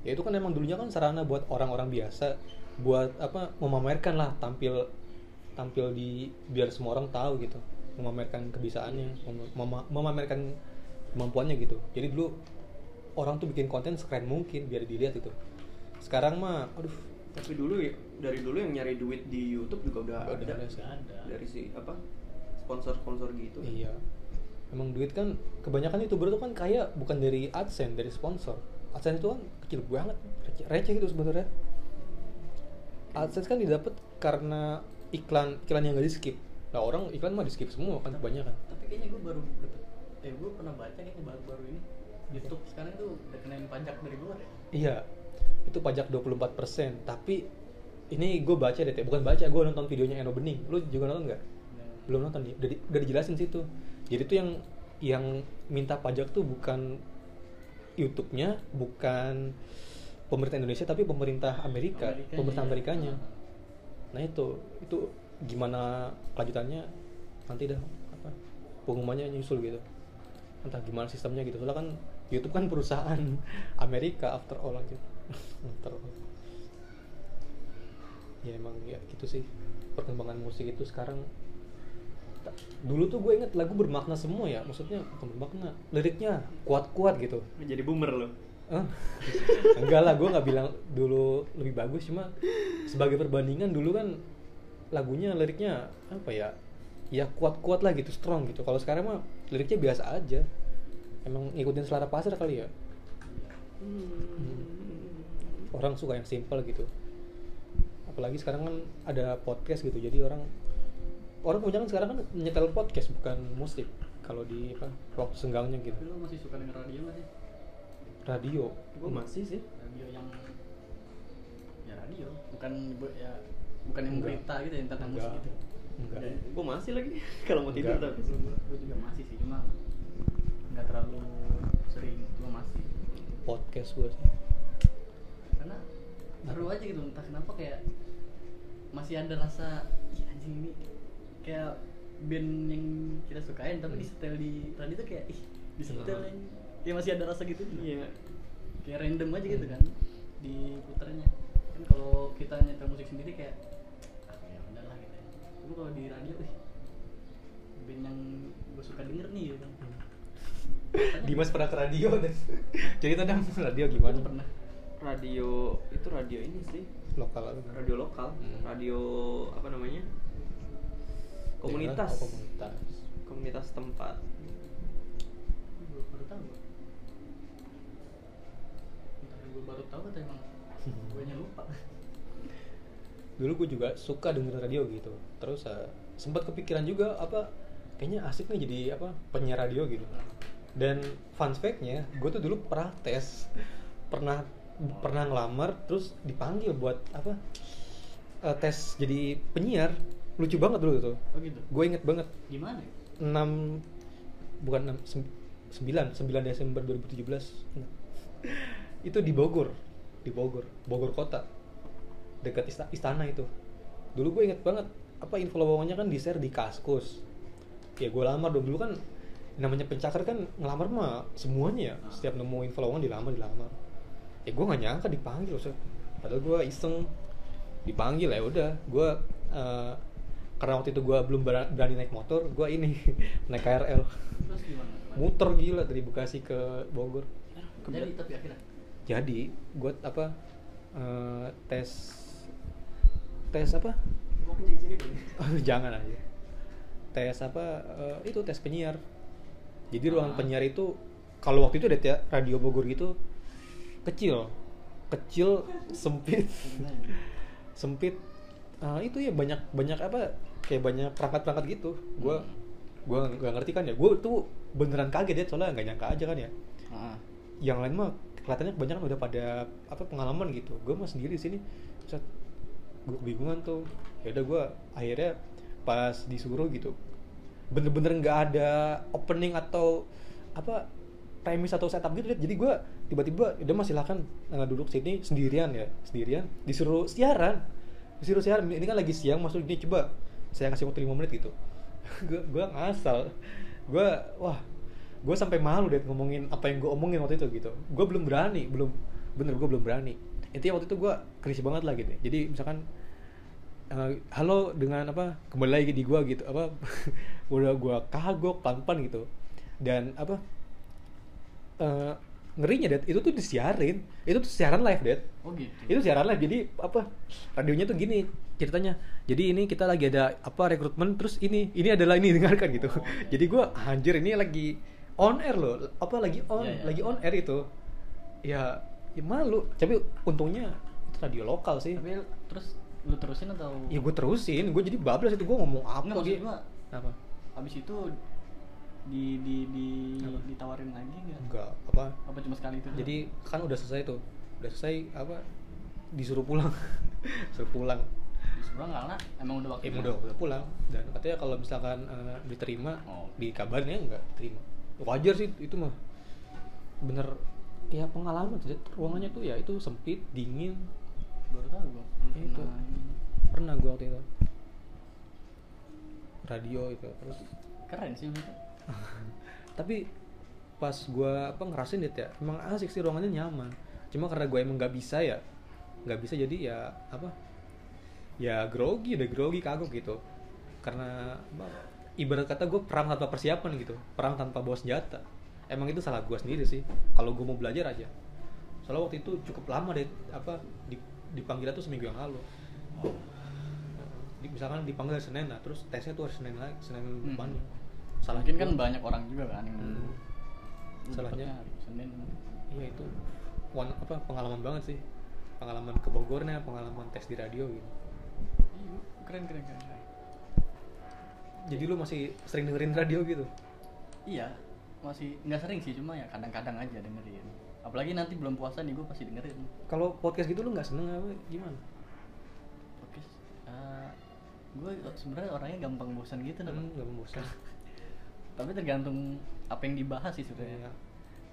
[SPEAKER 1] ya itu kan emang dulunya kan sarana buat orang-orang biasa buat apa memamerkan lah tampil tampil di biar semua orang tahu gitu memamerkan kebisaannya mem- mema- memamerkan kemampuannya gitu jadi dulu orang tuh bikin konten sekeren mungkin biar dilihat itu sekarang mah aduh
[SPEAKER 3] tapi dulu ya dari dulu yang nyari duit di YouTube juga udah,
[SPEAKER 1] Udah
[SPEAKER 3] ada,
[SPEAKER 1] ada sih.
[SPEAKER 2] Nggak ada
[SPEAKER 3] dari si apa sponsor-sponsor gitu
[SPEAKER 1] Iya. Emang duit kan kebanyakan youtuber itu kan kaya bukan dari AdSense, dari sponsor. AdSense itu kan kecil banget, receh, receh gitu sebenarnya. AdSense kan didapat karena iklan iklan yang nggak di skip. Nah orang iklan mah di skip semua kan kebanyakan.
[SPEAKER 2] tapi kayaknya gue baru dapet eh gue pernah baca kayaknya baru baru ini YouTube sekarang tuh udah kenain pajak dari luar ya
[SPEAKER 1] Iya, itu pajak 24%. Tapi ini gue baca deh, Teh. bukan baca, gue nonton videonya Eno Bening. Lu juga nonton nggak?
[SPEAKER 2] Nah,
[SPEAKER 1] belum nonton udah, di- udah dijelasin situ jadi tuh yang yang minta pajak tuh bukan YouTube-nya bukan pemerintah Indonesia tapi pemerintah Amerika,
[SPEAKER 2] Amerikanya.
[SPEAKER 1] pemerintah Amerikanya
[SPEAKER 2] Ah.
[SPEAKER 1] nah itu itu gimana kelanjutannya nanti dah apa pengumumannya nyusul gitu entah gimana sistemnya gitu soalnya kan YouTube kan perusahaan Amerika after all aja after all ya emang ya gitu sih perkembangan musik itu sekarang Ta- dulu tuh gue inget lagu bermakna semua ya maksudnya bukan bermakna liriknya kuat-kuat gitu
[SPEAKER 3] jadi boomer loh
[SPEAKER 1] Hah? enggak lah gue nggak bilang dulu lebih bagus cuma sebagai perbandingan dulu kan lagunya liriknya apa ya ya kuat-kuat lah gitu strong gitu kalau sekarang mah liriknya biasa aja emang ngikutin selera pasar kali ya orang suka yang simple gitu apalagi sekarang kan ada podcast gitu jadi orang orang kebanyakan sekarang kan nyetel podcast bukan musik kalau di apa waktu senggangnya
[SPEAKER 2] tapi
[SPEAKER 1] gitu
[SPEAKER 2] lo masih suka denger radio nggak sih
[SPEAKER 1] radio
[SPEAKER 3] gue masih sih
[SPEAKER 2] radio yang ya radio bukan bu- ya bukan yang
[SPEAKER 1] Enggak.
[SPEAKER 2] berita gitu yang tentang
[SPEAKER 1] Enggak.
[SPEAKER 2] musik gitu
[SPEAKER 1] enggak
[SPEAKER 2] Enggak.
[SPEAKER 3] gue masih lagi kalau mau tidur
[SPEAKER 1] Enggak.
[SPEAKER 3] tapi
[SPEAKER 2] gue juga masih sih cuma nggak terlalu sering cuma masih
[SPEAKER 1] podcast gue sih
[SPEAKER 2] karena seru aja gitu entah kenapa kayak masih ada rasa "Ih, anjing ini kayak band yang kita sukain tapi
[SPEAKER 1] Hmm.
[SPEAKER 2] disetel di radio tuh kayak ih disetel
[SPEAKER 3] Hmm.
[SPEAKER 2] anjing." ya masih ada rasa gitu juga.
[SPEAKER 3] iya
[SPEAKER 2] kayak random aja gitu
[SPEAKER 1] Hmm.
[SPEAKER 2] kan diputarnya kan kalau kita nyetel musik sendiri kayak ah ya udahlah gitu ya tapi kalau di radio ih band yang gue suka denger nih gitu kan Katanya
[SPEAKER 1] Dimas pernah ke radio dan cerita dong radio
[SPEAKER 2] gua
[SPEAKER 1] gimana
[SPEAKER 2] tuh pernah
[SPEAKER 3] radio itu radio ini sih
[SPEAKER 1] lokal apa?
[SPEAKER 3] radio lokal
[SPEAKER 1] Hmm.
[SPEAKER 3] radio apa namanya komunitas
[SPEAKER 1] Daerah, oh, komunitas
[SPEAKER 3] komunitas tempat
[SPEAKER 2] gue baru tahu gua. entah gue baru tahu atau emang gue lupa
[SPEAKER 1] dulu gue juga suka denger radio gitu terus eh, sempat kepikiran juga apa kayaknya asik nih jadi apa penyiar radio gitu dan fun fact-nya gue tuh dulu pernah tes pernah pernah ngelamar terus dipanggil buat apa eh, tes jadi penyiar lucu banget dulu tuh
[SPEAKER 2] oh gitu
[SPEAKER 1] gue inget banget
[SPEAKER 2] gimana ya?
[SPEAKER 1] 6 bukan 6 9 9 Desember 2017 Ingat. itu di Bogor di Bogor Bogor kota dekat ista- istana itu dulu gue inget banget apa info lowongannya kan di share di kaskus ya gue lamar dong dulu kan namanya pencakar kan ngelamar mah semuanya ya setiap nemu info lowongan dilamar dilamar ya gue nggak nyangka dipanggil Ustaz. padahal gue iseng dipanggil ya udah gue eh, karena waktu itu gue belum bera- berani naik motor gue ini naik KRL
[SPEAKER 2] terus gimana
[SPEAKER 1] muter gila dari Bekasi ke Bogor
[SPEAKER 2] jadi tapi akhirnya
[SPEAKER 1] jadi gue apa eh, tes tes apa
[SPEAKER 2] gue kencing sini dulu
[SPEAKER 1] Oh, jangan aja. Tes apa? eh, itu tes penyiar. Jadi ruangan
[SPEAKER 2] Ah.
[SPEAKER 1] penyiar itu kalau waktu itu ada tia- radio Bogor gitu kecil, kecil, sempit, sempit. Ah, itu ya banyak banyak apa? Kayak banyak perangkat-perangkat gitu. Gua gua nggak ngerti kan ya. Gua tuh beneran kaget ya soalnya nggak nyangka aja kan ya.
[SPEAKER 2] ah
[SPEAKER 1] Yang lain mah kelihatannya kebanyakan udah pada apa pengalaman gitu. Gua mah sendiri di sini. Set, gue kebingungan tuh ya udah gue akhirnya pas disuruh gitu bener-bener nggak ada opening atau apa premis atau setup gitu jadi gue tiba-tiba "Ya udah mas silakan eh, duduk sini sendirian ya sendirian disuruh siaran disuruh siaran ini kan lagi siang masuk ini coba saya kasih waktu 5 menit gitu gue gue ngasal gue wah gue sampai malu deh ngomongin apa yang gue omongin waktu itu gitu gue belum berani belum bener gue belum berani intinya waktu itu gue krisis banget lah gitu jadi misalkan eh, halo dengan apa kembali lagi di gue gitu apa udah gue kagok pelan gitu dan apa eh, ngerinya det itu tuh disiarin itu tuh siaran live det
[SPEAKER 2] oh gitu
[SPEAKER 1] itu siaran live jadi apa radionya tuh gini ceritanya jadi ini kita lagi ada apa rekrutmen terus ini ini adalah ini dengarkan gitu
[SPEAKER 2] Oh.
[SPEAKER 1] jadi gua anjir ini lagi on air loh apa lagi on
[SPEAKER 2] Ya, ya.
[SPEAKER 1] lagi on air itu ya, ya malu tapi untungnya itu radio lokal sih
[SPEAKER 2] tapi terus lu terusin atau
[SPEAKER 1] ya gue terusin gue jadi bablas itu gue ngomong apa
[SPEAKER 2] Nggak, maksud
[SPEAKER 1] gitu.
[SPEAKER 2] gua,
[SPEAKER 1] apa
[SPEAKER 2] abis itu di di di
[SPEAKER 1] Apa?
[SPEAKER 2] ditawarin lagi nggak
[SPEAKER 1] enggak apa
[SPEAKER 2] apa cuma sekali itu doang?
[SPEAKER 1] jadi kan udah selesai tuh udah selesai apa disuruh pulang disuruh pulang
[SPEAKER 2] di seberang nggak lah emang udah waktu
[SPEAKER 1] Eh udah udah pulang dan katanya kalau misalkan eh, diterima
[SPEAKER 2] Oh.
[SPEAKER 1] di kabarnya nggak diterima wajar sih itu mah bener ya pengalaman sih. ruangannya tuh ya itu sempit dingin
[SPEAKER 2] baru tahu gua belum
[SPEAKER 1] Ya, itu.
[SPEAKER 2] pernah ini.
[SPEAKER 1] pernah gua waktu itu radio itu terus
[SPEAKER 2] keren sih menurut gua.
[SPEAKER 1] tapi pas gua apa ngerasin itu ya emang asik sih ruangannya nyaman cuma karena gua emang nggak bisa ya nggak bisa jadi ya apa ya grogi udah grogi kagok gitu karena apa, ibarat kata gue perang tanpa persiapan gitu perang tanpa bawa senjata emang itu salah gua sendiri sih kalau gue mau belajar aja soalnya waktu itu cukup lama deh apa di, dipanggil tuh seminggu yang lalu Di- misalkan dipanggil hari Senin nah terus tesnya tuh hari Senin lagi Senin
[SPEAKER 2] Hmm.
[SPEAKER 1] depannya
[SPEAKER 2] mungkin kan
[SPEAKER 1] gua.
[SPEAKER 2] banyak orang juga kan yang
[SPEAKER 1] Hmm.
[SPEAKER 2] Lu
[SPEAKER 1] Salahnya-
[SPEAKER 2] dapetnya hari senin
[SPEAKER 1] Iya itu one, apa pengalaman banget sih. Pengalaman ke Bogornya, pengalaman tes di radio gitu.
[SPEAKER 2] Iya, keren keren keren keren.
[SPEAKER 1] Jadi lu masih sering dengerin radio gitu.
[SPEAKER 2] iya masih nggak sering sih cuma ya kadang-kadang aja dengerin apalagi nanti belum puasa nih gua pasti dengerin
[SPEAKER 1] Kalau podcast gitu lu nggak seneng apa gimana?
[SPEAKER 2] oke gue Eh, sebenarnya orangnya gampang bosan gitu Nam.
[SPEAKER 1] Hmm, gak membosan.
[SPEAKER 2] tapi tergantung apa yang dibahas sih sebenarnya
[SPEAKER 1] Iya.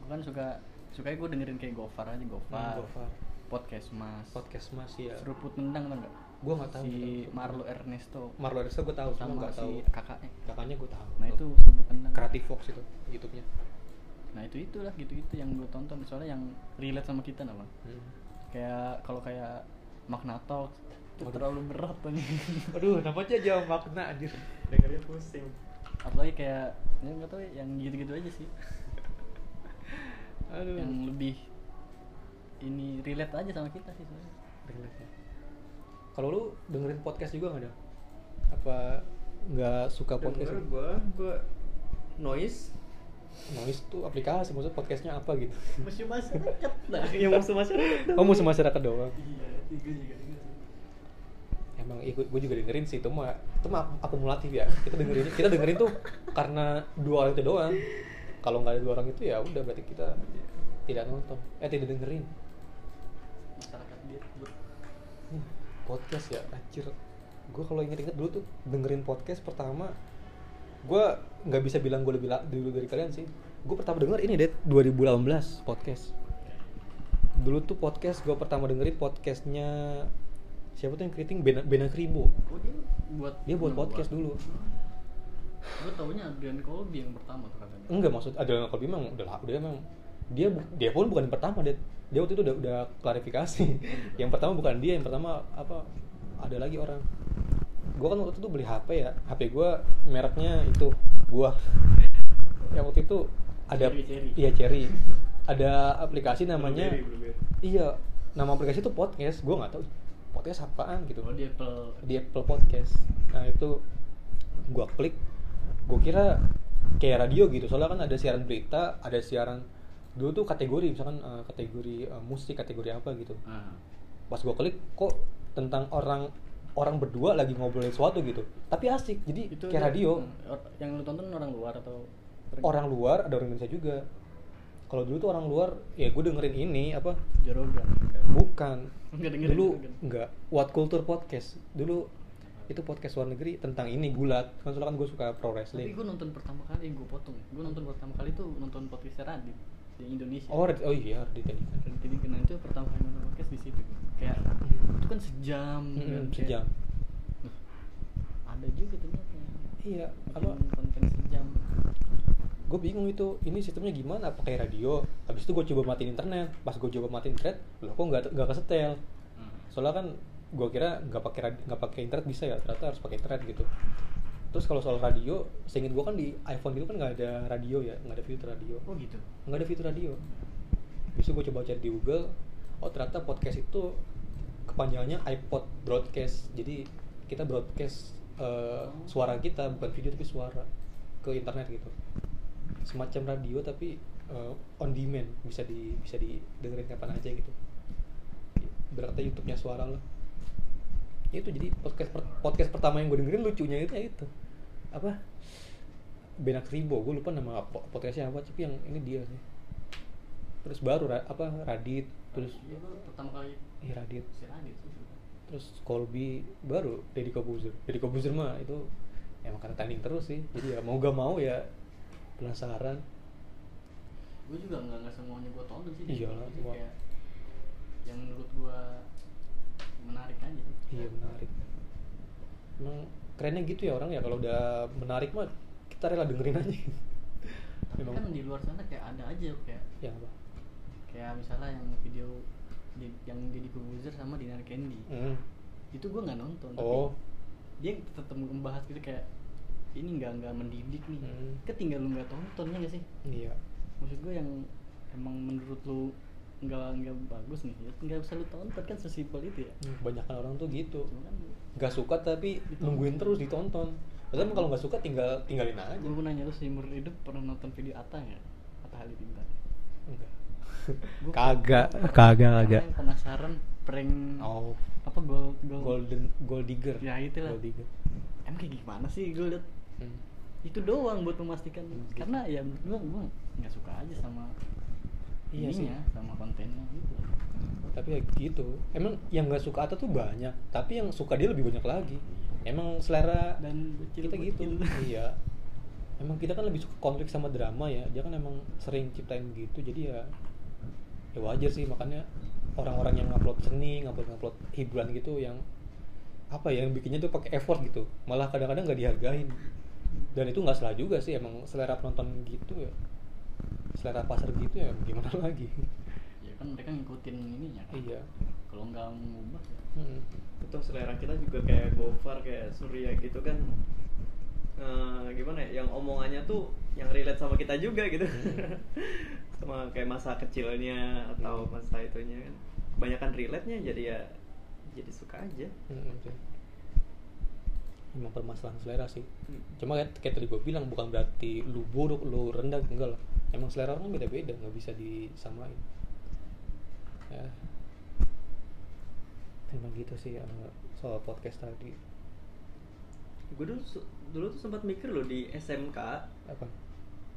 [SPEAKER 2] gue kan suka suka gue dengerin kayak Gofar aja Gofar,
[SPEAKER 1] Hmm, Gofar.
[SPEAKER 2] podcast mas
[SPEAKER 1] Podcast masih ya.
[SPEAKER 2] seruput nendang tau nggak
[SPEAKER 1] Gua nggak tahu.
[SPEAKER 2] si
[SPEAKER 1] gitu.
[SPEAKER 2] Marlo Ernesto
[SPEAKER 1] Marlo Arista gue tahu, cuma
[SPEAKER 2] sama
[SPEAKER 1] nggak
[SPEAKER 2] si
[SPEAKER 1] tahu.
[SPEAKER 2] kakaknya
[SPEAKER 1] Kakaknya gue tahu.
[SPEAKER 2] nah itu seruput nendang
[SPEAKER 1] Kreatif Fox itu YouTube-nya.
[SPEAKER 2] nah itu itulah gitu gitu yang gue tonton soalnya yang relate sama kita nama
[SPEAKER 1] Hmm.
[SPEAKER 2] kayak kalau kayak Magna Talk itu
[SPEAKER 1] Waduh.
[SPEAKER 2] terlalu berat tuh
[SPEAKER 1] Aduh, nampaknya jauh makna anjir.
[SPEAKER 3] dengarnya pusing
[SPEAKER 2] apalagi kayak ya nggak tahu ya, yang gitu-gitu aja sih
[SPEAKER 1] Aduh.
[SPEAKER 2] yang lebih ini relate aja sama kita sih sebenarnya
[SPEAKER 1] Relate ya. Kalau lu dengerin podcast juga nggak ada? Apa nggak suka podcast?
[SPEAKER 3] denger gue gue noise
[SPEAKER 1] Noise tuh aplikasi, maksudnya podcastnya apa gitu?
[SPEAKER 2] musuh masyarakat lah
[SPEAKER 3] yang musuh masyarakat
[SPEAKER 1] Oh musuh masyarakat doang.
[SPEAKER 2] iya tiga juga tiga
[SPEAKER 1] Emang iya, gue juga dengerin sih itu mah itu mah akumulatif ya. Kita dengerin kita dengerin tuh karena dua orang itu doang. Kalau nggak ada dua orang itu ya udah berarti kita tidak nonton. Eh tidak dengerin.
[SPEAKER 2] masyarakat dia
[SPEAKER 1] Hmm, podcast ya anjir. Gue kalau inget-inget dulu tuh dengerin podcast pertama gue nggak bisa bilang gue lebih la- dulu dari kalian sih. Gue pertama denger ini deh 2018 podcast. Dulu tuh podcast gue pertama dengerin podcastnya siapa tuh yang keriting Bena, Bena Kribo.
[SPEAKER 2] oh dia buat
[SPEAKER 1] Dia buat podcast dulu.
[SPEAKER 2] gue taunya Adrian Colby yang pertama tuh katanya
[SPEAKER 1] Enggak maksud Adriana Kolbi memang udah lah- udah emang dia bu- dia pun bukan yang pertama dia dia waktu itu udah udah klarifikasi. yang pertama bukan dia, yang pertama apa ada lagi orang. gue kan waktu itu beli HP ya HP gue mereknya itu gua yang waktu itu ada
[SPEAKER 2] Cherry, Cherry.
[SPEAKER 1] iya cherry ada aplikasi namanya
[SPEAKER 3] Blueberry, Blueberry.
[SPEAKER 1] iya nama aplikasi itu podcast gue nggak tahu podcast apaan gitu
[SPEAKER 2] Oh, di Apple.
[SPEAKER 1] di Apple Podcast. Nah itu gua klik, gua kira kayak radio gitu. Soalnya kan ada siaran berita, ada siaran dulu tuh kategori misalkan eh, kategori eh, musik, kategori apa gitu.
[SPEAKER 2] Ah.
[SPEAKER 1] Pas gua klik kok tentang orang orang berdua lagi ngobrolin sesuatu gitu. Tapi asik. Jadi kayak
[SPEAKER 2] aja.
[SPEAKER 1] radio,
[SPEAKER 2] Hmm. Or- yang lu tonton orang luar atau
[SPEAKER 1] orang luar ada orang Indonesia juga. Kalau dulu tuh orang luar, ya gue dengerin ini apa?
[SPEAKER 2] Jorogan.
[SPEAKER 1] Bukan.
[SPEAKER 2] Enggak dengerin
[SPEAKER 1] dulu
[SPEAKER 2] Jorogan.
[SPEAKER 1] enggak What Culture Podcast dulu itu podcast luar negeri tentang ini gulat kan soalnya kan gue suka pro
[SPEAKER 2] Tapi
[SPEAKER 1] wrestling
[SPEAKER 2] gue nonton pertama kali, gue potong. Gue nonton pertama kali tuh nonton podcastnya Radit yang Indonesia.
[SPEAKER 1] oh Radit- oh iya Radit tadi
[SPEAKER 2] Radit ini kenal itu pertama kali nonton podcast di situ. Kayak itu kan sejam. kan, kayak,
[SPEAKER 1] Hmm, sejam
[SPEAKER 2] "Loh, Ada juga ternyata.
[SPEAKER 1] iya
[SPEAKER 2] Apa?
[SPEAKER 1] apa
[SPEAKER 2] Konten sejam.
[SPEAKER 1] gue bingung itu ini sistemnya gimana apa kayak radio habis itu gue coba matiin internet pas gue coba matiin internet loh kok nggak nggak kesetel
[SPEAKER 2] Hmm.
[SPEAKER 1] soalnya kan gue kira nggak pakai rad- nggak pakai internet bisa ya ternyata harus pakai internet gitu terus kalau soal radio seingat gue kan di iPhone gitu kan nggak ada radio ya nggak ada fitur radio
[SPEAKER 2] Oh gitu.
[SPEAKER 1] nggak ada fitur radio bisa gue coba cari di Google oh ternyata podcast itu kepanjangannya iPod broadcast jadi kita broadcast eh, suara kita bukan video tapi suara ke internet gitu semacam radio tapi eh, on demand bisa di bisa didengerin kapan aja gitu berarti YouTube-nya suara lah Ya itu jadi podcast per- podcast pertama yang gue dengerin lucunya itu ya itu apa Benak Ribo gue lupa nama po- podcastnya apa tapi yang ini dia sih terus baru Ra- apa Radit terus
[SPEAKER 2] Iya, gua pertama kali
[SPEAKER 1] iya Radit
[SPEAKER 2] si Radit sih.
[SPEAKER 1] terus Colby baru Deddy Kobuzer Deddy Kobuzer mah itu emang karena tanding terus sih jadi ya mau gak mau ya penasaran
[SPEAKER 2] gue juga nggak nggak semuanya gue tonton sih
[SPEAKER 1] Iya lah,
[SPEAKER 2] Jadi
[SPEAKER 1] semua.
[SPEAKER 2] kayak yang menurut gue menarik aja
[SPEAKER 1] iya menarik emang kerennya gitu ya orang ya kalau udah menarik mah kita rela dengerin aja
[SPEAKER 2] tapi
[SPEAKER 1] Memang.
[SPEAKER 2] kan di luar sana kayak ada aja kayak
[SPEAKER 1] ya apa
[SPEAKER 2] kayak misalnya yang video di, yang Deddy Corbuzier sama Dinar Candy
[SPEAKER 1] Hmm.
[SPEAKER 2] itu gue nggak nonton tapi
[SPEAKER 1] oh
[SPEAKER 2] dia tetap membahas gitu kayak ini nggak nggak mendidik nih
[SPEAKER 1] Hmm.
[SPEAKER 2] ketinggal lu nggak tonton ya nggak sih
[SPEAKER 1] iya
[SPEAKER 2] maksud gue yang emang menurut lu nggak nggak bagus nih ya nggak usah lu tonton kan sesimpel itu ya
[SPEAKER 1] kebanyakan orang tuh gitu
[SPEAKER 2] cuma kan
[SPEAKER 1] nggak suka tapi nungguin terus ditonton Padahal kalau nggak suka tinggal tinggalin aja
[SPEAKER 2] Gue mau nanya lu seumur hidup pernah nonton video Atta nggak? Atta Halilintar.
[SPEAKER 1] enggak
[SPEAKER 2] Gua-
[SPEAKER 1] kagak Eh, kagak
[SPEAKER 2] Karena yang penasaran prank
[SPEAKER 1] oh
[SPEAKER 2] apa gol gol.
[SPEAKER 1] golden gold digger
[SPEAKER 2] Ya, itulah.
[SPEAKER 1] gold digger
[SPEAKER 2] Emang kayak gimana sih gue liat
[SPEAKER 1] Hmm.
[SPEAKER 2] itu doang buat memastikan
[SPEAKER 1] Hmm.
[SPEAKER 2] karena ya menurut gue gue nggak suka aja sama
[SPEAKER 1] Iya sih.
[SPEAKER 2] ininya sama kontennya gitu.
[SPEAKER 1] tapi ya gitu emang yang nggak suka Atta tuh banyak tapi yang suka dia lebih banyak lagi emang selera
[SPEAKER 2] Dan
[SPEAKER 1] kita gitu iya emang kita kan lebih suka konflik sama drama ya dia kan emang sering ciptain gitu jadi ya ya wajar sih makanya orang-orang yang ngupload seni ngupload ngupload hiburan gitu yang apa ya yang bikinnya tuh pakai effort gitu malah kadang-kadang nggak dihargain dan itu nggak salah juga sih emang selera penonton gitu ya selera pasar gitu ya gimana lagi
[SPEAKER 2] Ya kan mereka ngikutin ininya. kan.
[SPEAKER 1] iya
[SPEAKER 2] Kalau nggak mengubah ya.
[SPEAKER 1] Mm.
[SPEAKER 3] Betul selera kita juga kayak Gofar kayak Surya gitu kan eh, gimana ya yang omongannya tuh yang relate sama kita juga gitu sama kayak masa kecilnya atau
[SPEAKER 1] Hmm.
[SPEAKER 3] masa itunya kan kebanyakan relate nya jadi ya jadi suka aja
[SPEAKER 1] Mm-mm sih. Hmm, Emang permasalahan selera sih. Cuma kayak, kayak tadi gue bilang bukan berarti lu buruk, lu rendah, enggak lah. Emang selera orang beda-beda, nggak bisa disamain. Ya. Emang gitu sih eh, soal podcast tadi.
[SPEAKER 3] gue dulu su- dulu tuh sempat mikir loh di SMK
[SPEAKER 1] Apa?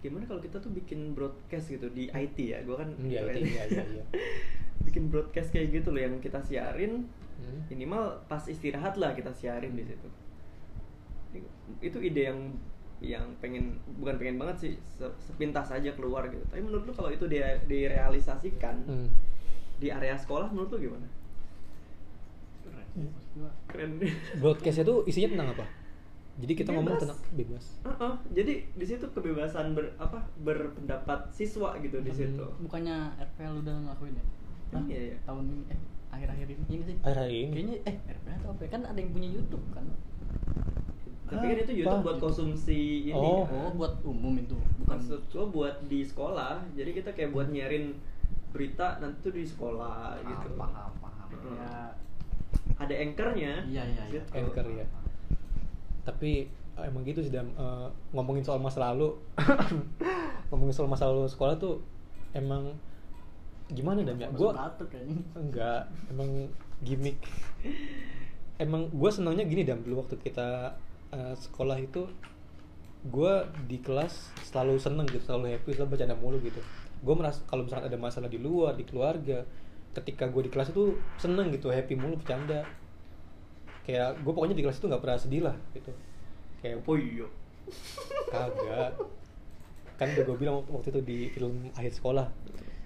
[SPEAKER 3] gimana kalau kita tuh bikin broadcast gitu di IT ya gue kan
[SPEAKER 1] Hmm, di IT,
[SPEAKER 3] gitu kan.
[SPEAKER 1] iya, iya, iya.
[SPEAKER 3] bikin broadcast kayak gitu loh yang kita siarin
[SPEAKER 1] Hmm.
[SPEAKER 3] minimal pas istirahat lah kita siarin di situ itu ide yang yang pengen bukan pengen banget sih se- sepintas aja keluar gitu tapi menurut lu kalau itu di, direalisasikan
[SPEAKER 1] Hmm.
[SPEAKER 3] di area sekolah menurut lu gimana
[SPEAKER 2] Keren. sih. Maksud gue
[SPEAKER 3] keren
[SPEAKER 1] Broadcast itu isinya tentang apa? Jadi kita ngomong
[SPEAKER 3] Bebas.
[SPEAKER 1] tentang bebas.
[SPEAKER 3] Heeh, jadi di situ
[SPEAKER 1] Hmm.
[SPEAKER 3] kebebasan ber apa berpendapat siswa gitu di situ
[SPEAKER 2] bukannya RPL udah ngakuin ya? Nah,
[SPEAKER 3] Iya, iya.
[SPEAKER 2] tahun ini eh akhir-akhir ini iya nggak sih?
[SPEAKER 1] Akhir hari ini.
[SPEAKER 2] Kayaknya eh akhir berapa apa ya? kan ada yang punya YouTube kan?
[SPEAKER 3] Tapi kan itu YouTube
[SPEAKER 1] Apa?
[SPEAKER 3] buat konsumsi ini.
[SPEAKER 1] Ah, gitu. Oh.
[SPEAKER 3] kan?
[SPEAKER 2] Oh, buat umum itu, bukan
[SPEAKER 3] Maksud gua buat di sekolah. Jadi kita kayak buat nyiarin berita nanti tuh di sekolah gitu.
[SPEAKER 2] Paham, Ah, paham, paham. Ya,
[SPEAKER 3] Ada anchornya.
[SPEAKER 2] Iya, iya, iya.
[SPEAKER 3] Gitu.
[SPEAKER 1] Anchor ya. Tapi eh, emang gitu sih Dam. Eh, ngomongin soal masa lalu. ngomongin soal masa lalu sekolah tuh emang gimana Dam ya?
[SPEAKER 2] Gua
[SPEAKER 1] Gua
[SPEAKER 2] batuk kayaknya.
[SPEAKER 1] enggak emang gimmick. Emang gue senangnya gini Dam dulu waktu kita eh, sekolah itu gue di kelas selalu seneng gitu selalu happy selalu bercanda mulu gitu gue merasa kalau misalkan ada masalah di luar di keluarga ketika gue di kelas itu seneng gitu happy mulu bercanda kayak gue pokoknya di kelas itu nggak pernah sedih lah gitu kayak
[SPEAKER 3] Oh iya.
[SPEAKER 1] kagak kan udah gue bilang waktu itu di film akhir sekolah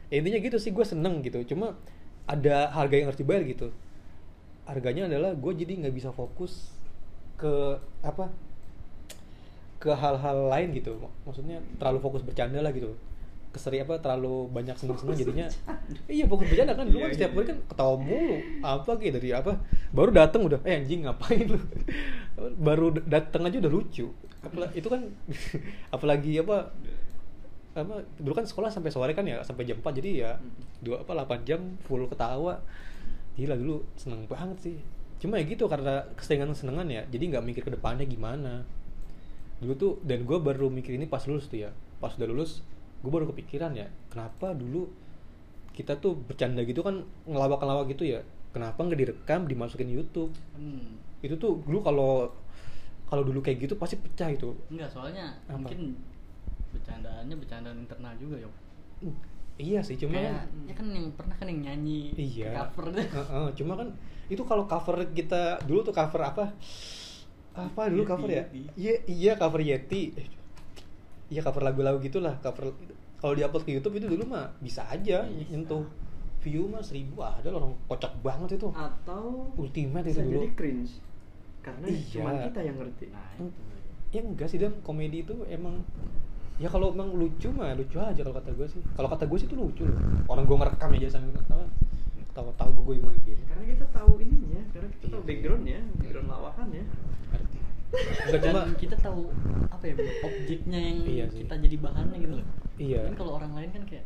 [SPEAKER 1] ya, intinya gitu sih gue seneng gitu cuma ada harga yang harus dibayar gitu harganya adalah gue jadi nggak bisa fokus ke apa ke hal-hal lain gitu Mak- maksudnya terlalu fokus bercanda lah gitu keseri apa terlalu banyak seneng seneng jadinya iya fokus bercanda kan lu kan
[SPEAKER 3] Iya,
[SPEAKER 1] setiap
[SPEAKER 3] iya.
[SPEAKER 1] hari kan ketawa mulu apa kayak dari apa baru dateng udah eh anjing ngapain lu baru d- dateng aja udah lucu Apala- itu kan apalagi apa apa dulu kan sekolah sampai sore kan ya sampai jam 4 jadi ya dua apa 8 jam full ketawa gila dulu seneng banget sih cuma ya gitu karena keseringan senengan ya jadi nggak mikir ke depannya gimana dulu tuh dan gue baru mikir ini pas lulus tuh ya pas udah lulus gue baru kepikiran ya kenapa dulu kita tuh bercanda gitu kan ngelawak-ngelawak gitu ya kenapa nggak direkam dimasukin YouTube
[SPEAKER 2] Hmm.
[SPEAKER 1] itu tuh dulu kalau kalau dulu kayak gitu pasti pecah itu
[SPEAKER 2] Enggak, soalnya
[SPEAKER 1] Apa?
[SPEAKER 2] mungkin bercandaannya bercandaan internal juga, Yop.
[SPEAKER 1] Hmm, iya sih cuma
[SPEAKER 2] Kayak,
[SPEAKER 1] kan-
[SPEAKER 2] ya kan yang pernah kan yang nyanyi
[SPEAKER 1] Iya.
[SPEAKER 2] cover deh.
[SPEAKER 1] Heeh, cuma kan itu kalau cover kita dulu tuh cover apa? Apa dulu
[SPEAKER 2] Yeti,
[SPEAKER 1] cover ya?
[SPEAKER 2] Yeti.
[SPEAKER 1] Iya iya cover Yeti. Eh, Iya cover lagu-lagu gitulah, cover kalau diupload ke YouTube itu dulu mah bisa aja
[SPEAKER 2] Iya, Bisa.
[SPEAKER 1] nyentuh view mah seribu ada loh orang kocak banget itu.
[SPEAKER 3] Atau
[SPEAKER 1] Ultimate itu
[SPEAKER 3] bisa
[SPEAKER 1] dulu.
[SPEAKER 3] jadi cringe. Karena
[SPEAKER 1] Iya.
[SPEAKER 3] cuma kita yang ngerti.
[SPEAKER 2] Nah, itu.
[SPEAKER 1] Ya enggak sih dan komedi itu emang ya kalau emang lucu mah lucu aja kalau kata gue sih. Kalau kata gue sih itu lucu loh. Orang gue ngerekam aja sambil ketawa. Tahu-tahu gue gue main game.
[SPEAKER 3] Karena kita tahu ininya, karena kita tahu
[SPEAKER 1] Iya.
[SPEAKER 3] backgroundnya, background lawakannya.
[SPEAKER 1] Ngerti. Enggak
[SPEAKER 2] Dan
[SPEAKER 1] cuma
[SPEAKER 2] kita tahu apa ya objeknya yang
[SPEAKER 1] Iya sih.
[SPEAKER 2] kita jadi bahannya gitu loh.
[SPEAKER 1] Iya.
[SPEAKER 2] Kan kalau orang lain kan kayak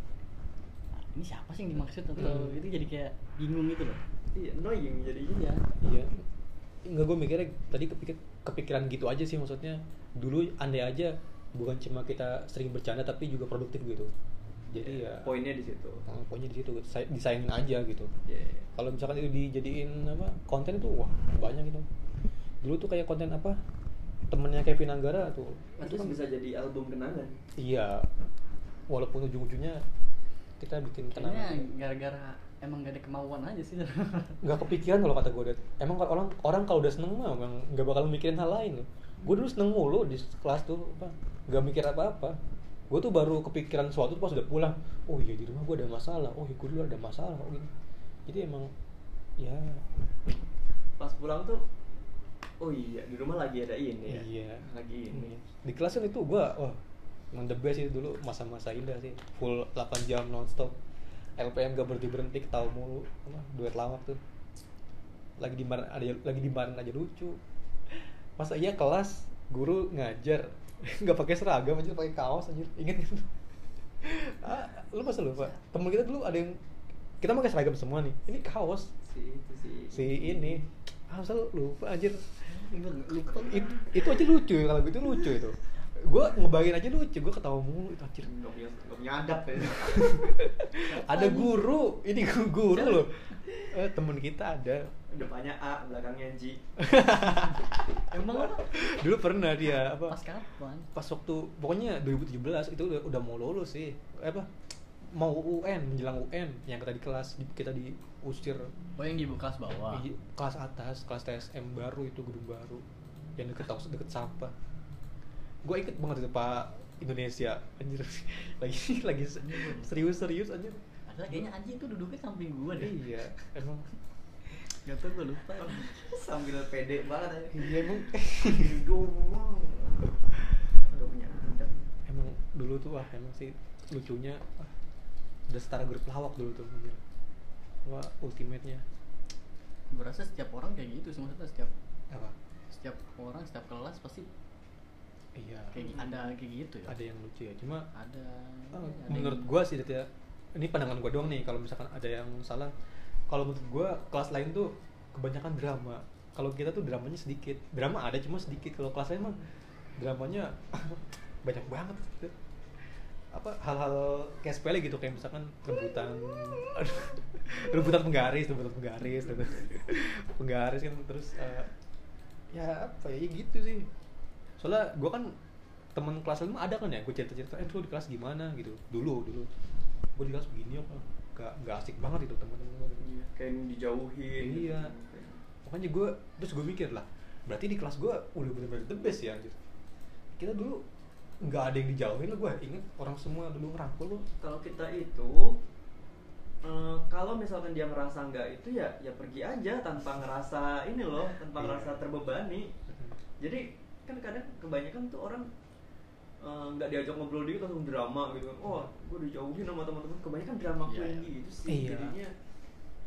[SPEAKER 2] "Ah, ini siapa sih yang dimaksud atau
[SPEAKER 1] Hmm.
[SPEAKER 2] itu jadi kayak bingung gitu loh.
[SPEAKER 3] Iya, annoying jadinya.
[SPEAKER 2] Iya.
[SPEAKER 1] Iya. Enggak gue mikirnya tadi kepikir, kepikiran gitu aja sih maksudnya. Dulu andai aja bukan cuma kita sering bercanda tapi juga produktif gitu. Jadi ya
[SPEAKER 3] Poinnya di situ.
[SPEAKER 1] nah, poinnya di situ say- disayangin aja gitu.
[SPEAKER 3] Iya. iya.
[SPEAKER 1] Kalau misalkan itu dijadiin apa konten tuh wah banyak gitu. Dulu tuh kayak konten apa temennya Kevin Anggara tuh
[SPEAKER 3] Itu kan bisa jadi album kenangan.
[SPEAKER 1] iya walaupun ujung-ujungnya kita bikin
[SPEAKER 2] Kayaknya
[SPEAKER 1] kenangan
[SPEAKER 2] gara-gara emang gak ada kemauan aja sih.
[SPEAKER 1] nggak kepikiran kalau kata gue Dad. emang kalau orang orang kalau udah seneng mah emang nggak bakal mikirin hal lain gue dulu seneng mulu di kelas tuh apa nggak mikir apa apa gue tuh baru kepikiran suatu tuh pas udah pulang oh iya di rumah gue ada masalah oh iya gue dulu ada masalah oh ini jadi emang ya
[SPEAKER 3] Pas pulang tuh Oh iya, di rumah lagi ada ini ya.
[SPEAKER 1] Iya.
[SPEAKER 3] Lagi ini.
[SPEAKER 1] di kelas kan itu gue wah emang the best itu dulu masa-masa indah sih full 8 jam nonstop LPM gak berhenti berhenti ketawa mulu apa, duet lawak tuh lagi di mana ada lagi di mana aja lucu masa iya kelas guru ngajar nggak pakai seragam aja pakai kaos aja inget kan ah, lu masa lupa temen kita dulu ada yang kita pakai seragam semua nih ini kaos
[SPEAKER 3] Si itu si.
[SPEAKER 1] si ini ah masa lu lupa anjir
[SPEAKER 2] Gua Lupa
[SPEAKER 1] It- itu aja lucu ya, kalau gitu lucu itu gue ngebayangin aja lucu gue ketawa mulu itu anjir
[SPEAKER 3] Gak punya, nggak punya adab ya.
[SPEAKER 1] ada guru ini gu- guru loh Eh, temen kita ada
[SPEAKER 3] Depannya A, belakangnya J.
[SPEAKER 2] Emang lu
[SPEAKER 1] dulu pernah dia apa
[SPEAKER 2] pas kapan?
[SPEAKER 1] pas waktu pokoknya 2017 itu udah, udah mau lulus sih Eh, apa mau UN menjelang UN yang kita di kelas di- kita diusir
[SPEAKER 2] Oh yang di bekas bawah.
[SPEAKER 1] di kelas atas kelas TSM baru itu gedung baru yang deket tau- deket sampah gue ikut banget itu pak Indonesia anjir lagi lagi se- serius-serius anjir
[SPEAKER 2] Padahal kayaknya Anji itu duduknya samping gua deh.
[SPEAKER 1] iya emang
[SPEAKER 2] Gak tau gua lupa.
[SPEAKER 3] Sambil pede banget aja.
[SPEAKER 1] iya emang
[SPEAKER 3] Dong. Gak punya adab.
[SPEAKER 1] emang dulu tuh wah emang sih lucunya wah, udah setara grup lawak dulu tuh anjir wah ultimate-nya
[SPEAKER 2] gue rasa setiap orang kayak gitu sih maksudnya setiap
[SPEAKER 1] apa
[SPEAKER 2] setiap orang setiap kelas pasti
[SPEAKER 1] iya
[SPEAKER 2] kayak gi- ada kayak gitu ya
[SPEAKER 1] ada yang lucu ya cuma
[SPEAKER 2] ada
[SPEAKER 1] Ah,
[SPEAKER 2] ada yang-
[SPEAKER 1] menurut gua sih Dit, ya ini pandangan gua doang nih kalau misalkan ada yang salah kalau menurut gua kelas lain tuh kebanyakan drama kalau kita tuh dramanya sedikit drama ada cuma sedikit kalau kelas lain mah dramanya banyak banget gitu. apa hal-hal kayak sepele gitu kayak misalkan rebutan aduh, rebutan penggaris rebutan penggaris gitu. rebutan penggaris kan terus eh, ya apa ya gitu sih soalnya gua kan teman kelas lima ada kan ya gue cerita cerita eh lu di kelas gimana gitu dulu dulu gue di kelas begini apa gak, gak asik banget itu teman-teman
[SPEAKER 3] Iya, kayak dijauhin gitu.
[SPEAKER 1] Iya. makanya gue terus gue mikir lah berarti di kelas gue udah bener-bener the best ya anjir kita dulu nggak ada yang dijauhin lah gue inget orang semua dulu ngerangkul lo
[SPEAKER 3] kalau kita itu eh, kalau misalkan dia ngerasa nggak itu ya ya pergi aja tanpa ngerasa ini loh
[SPEAKER 1] Iya.
[SPEAKER 3] tanpa ngerasa terbebani jadi kan kadang kebanyakan tuh orang eh, nggak diajak ngobrol dikit langsung drama gitu kan oh gue dijauhin sama teman-teman kebanyakan drama
[SPEAKER 2] Iya,
[SPEAKER 3] yeah,
[SPEAKER 2] iya.
[SPEAKER 3] gitu sih
[SPEAKER 1] Iya.
[SPEAKER 3] jadinya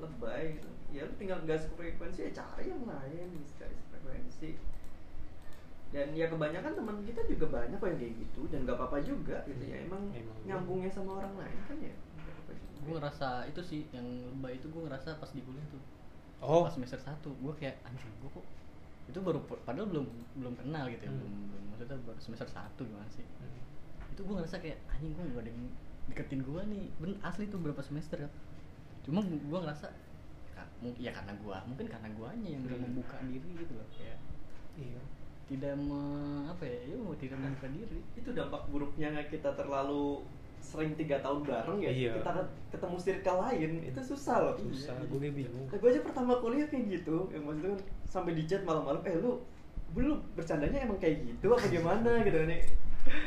[SPEAKER 3] lebay gitu ya lu tinggal nggak sefrekuensi ya cari yang lain nggak sefrekuensi dan ya kebanyakan teman kita juga banyak kok yang kayak gitu dan nggak apa-apa juga gitu ya emang,
[SPEAKER 1] Emang.
[SPEAKER 3] nyambungnya sama orang lain kan ya nggak apa-apa juga.
[SPEAKER 2] gue ngerasa itu sih yang lebay itu gue ngerasa pas di kuliah tuh
[SPEAKER 1] oh
[SPEAKER 2] pas semester 1 gue kayak anjing gue kok itu baru padahal belum belum kenal gitu ya
[SPEAKER 1] Hmm.
[SPEAKER 2] belum, belum maksudnya baru semester 1 gimana sih itu gue ngerasa kayak anjing gue gak ada yang deketin gue nih ben asli tuh berapa semester ya cuma gue ngerasa "Ka- mung- ya karena gue mungkin karena guanya yang belum
[SPEAKER 1] Hmm.
[SPEAKER 2] membuka diri gitu loh kayak
[SPEAKER 1] iya
[SPEAKER 2] tidak me, apa ya ya mau tidak membuka diri
[SPEAKER 3] itu dampak buruknya kita terlalu sering tiga tahun bareng ya
[SPEAKER 1] Iya.
[SPEAKER 3] kita ketemu circle lain itu susah loh
[SPEAKER 1] susah gue bingung
[SPEAKER 3] gue aja pertama kuliah kayak gitu yang maksudnya kan sampai di chat malam-malam eh lu belum bercandanya emang kayak gitu apa gimana gitu kan ya.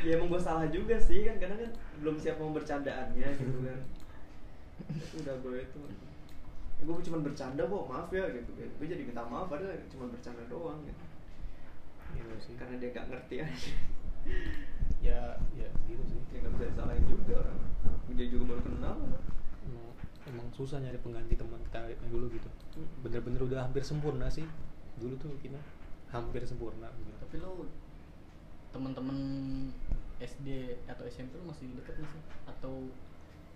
[SPEAKER 3] ya emang gue salah juga sih kan kadang kan belum siap mau bercandaannya gitu kan Terus udah gue itu ya, gue cuma bercanda kok maaf ya gitu gue jadi minta maaf padahal cuma bercanda doang gitu
[SPEAKER 1] iya sih
[SPEAKER 3] karena dia gak ngerti aja
[SPEAKER 1] ya ya gitu sih
[SPEAKER 3] ya gak bisa disalahin juga orang dia juga baru kenal
[SPEAKER 1] emang, emang susah nyari pengganti teman kita yang dulu gitu bener-bener udah hampir sempurna sih dulu tuh kita hampir sempurna gitu
[SPEAKER 2] tapi lo teman-teman SD atau SMP lo masih deket gak sih atau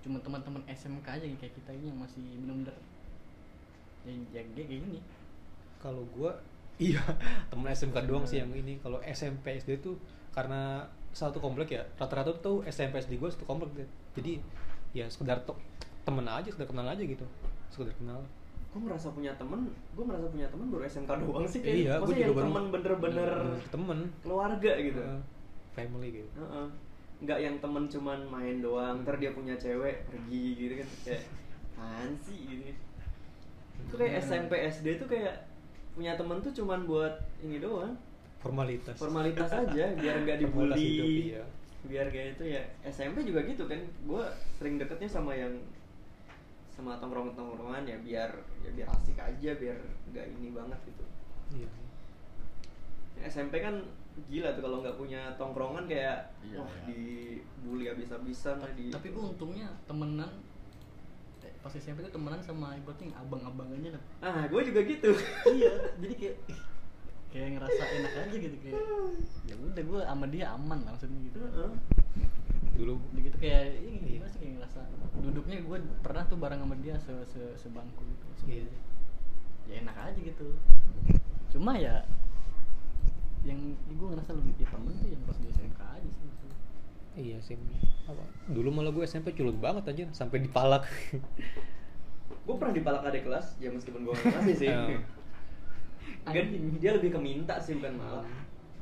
[SPEAKER 2] cuma teman-teman SMK aja yang kayak kita ini yang masih bener-bener yang yang kayak gini
[SPEAKER 1] kalau gua iya temen SMK doang sih yang ini kalau SMP SD tuh karena satu komplek ya rata-rata tuh SMP SD gua satu komplek Dad. jadi ya sekedar to- temen aja sekedar kenal aja gitu sekedar kenal
[SPEAKER 3] gue merasa punya temen gue merasa punya temen baru SMK doang sih kayak
[SPEAKER 1] Iya, gua
[SPEAKER 3] maksudnya
[SPEAKER 1] juga
[SPEAKER 3] yang
[SPEAKER 1] baru- Iya.
[SPEAKER 3] temen bener-bener
[SPEAKER 1] temen
[SPEAKER 3] keluarga gitu
[SPEAKER 1] Eh, family gitu
[SPEAKER 3] Heeh. nggak yang temen cuman main doang ntar dia punya cewek pergi gitu kan kayak apaan sih gitu itu kayak
[SPEAKER 1] Iya.
[SPEAKER 2] Hmm.
[SPEAKER 3] SMP SD tuh kayak punya temen tuh cuman buat ini doang
[SPEAKER 1] formalitas
[SPEAKER 3] formalitas aja biar nggak
[SPEAKER 1] Formalitas hidup,
[SPEAKER 3] dibully
[SPEAKER 1] iya.
[SPEAKER 3] biar kayak itu ya SMP juga gitu kan gue sering deketnya sama yang sama tongkrong tongkrongan ya biar ya biar asik aja biar nggak ini banget gitu
[SPEAKER 1] iya
[SPEAKER 3] SMP kan gila tuh kalau nggak punya tongkrongan kayak
[SPEAKER 2] Iya,
[SPEAKER 3] wah
[SPEAKER 2] iya.
[SPEAKER 3] dibully abis-abisan lah di
[SPEAKER 2] tapi gue untungnya temenan eh, pas SMP itu temenan sama ibaratnya yang abang-abangannya lah
[SPEAKER 3] ah gue juga gitu
[SPEAKER 2] iya jadi kayak ih, kayak ngerasa enak aja gitu kayak ya udah gue sama dia aman lah maksudnya gitu
[SPEAKER 3] Heeh.
[SPEAKER 1] dulu
[SPEAKER 2] udah gitu kayak ini gimana sih kayak ngerasa duduknya gue pernah tuh bareng sama dia se se sebangku gitu
[SPEAKER 1] Iya.
[SPEAKER 2] ya enak aja gitu cuma ya yang gue ngerasa lebih ya, temen tuh yang pas di SMK aja sih maksudnya.
[SPEAKER 1] iya sih apa dulu malah gue SMP culun banget aja sampai dipalak
[SPEAKER 3] gue pernah dipalak adik kelas ya meskipun gue nggak ngasih sih
[SPEAKER 1] Iya.
[SPEAKER 3] Kan dia lebih keminta sih bukan malah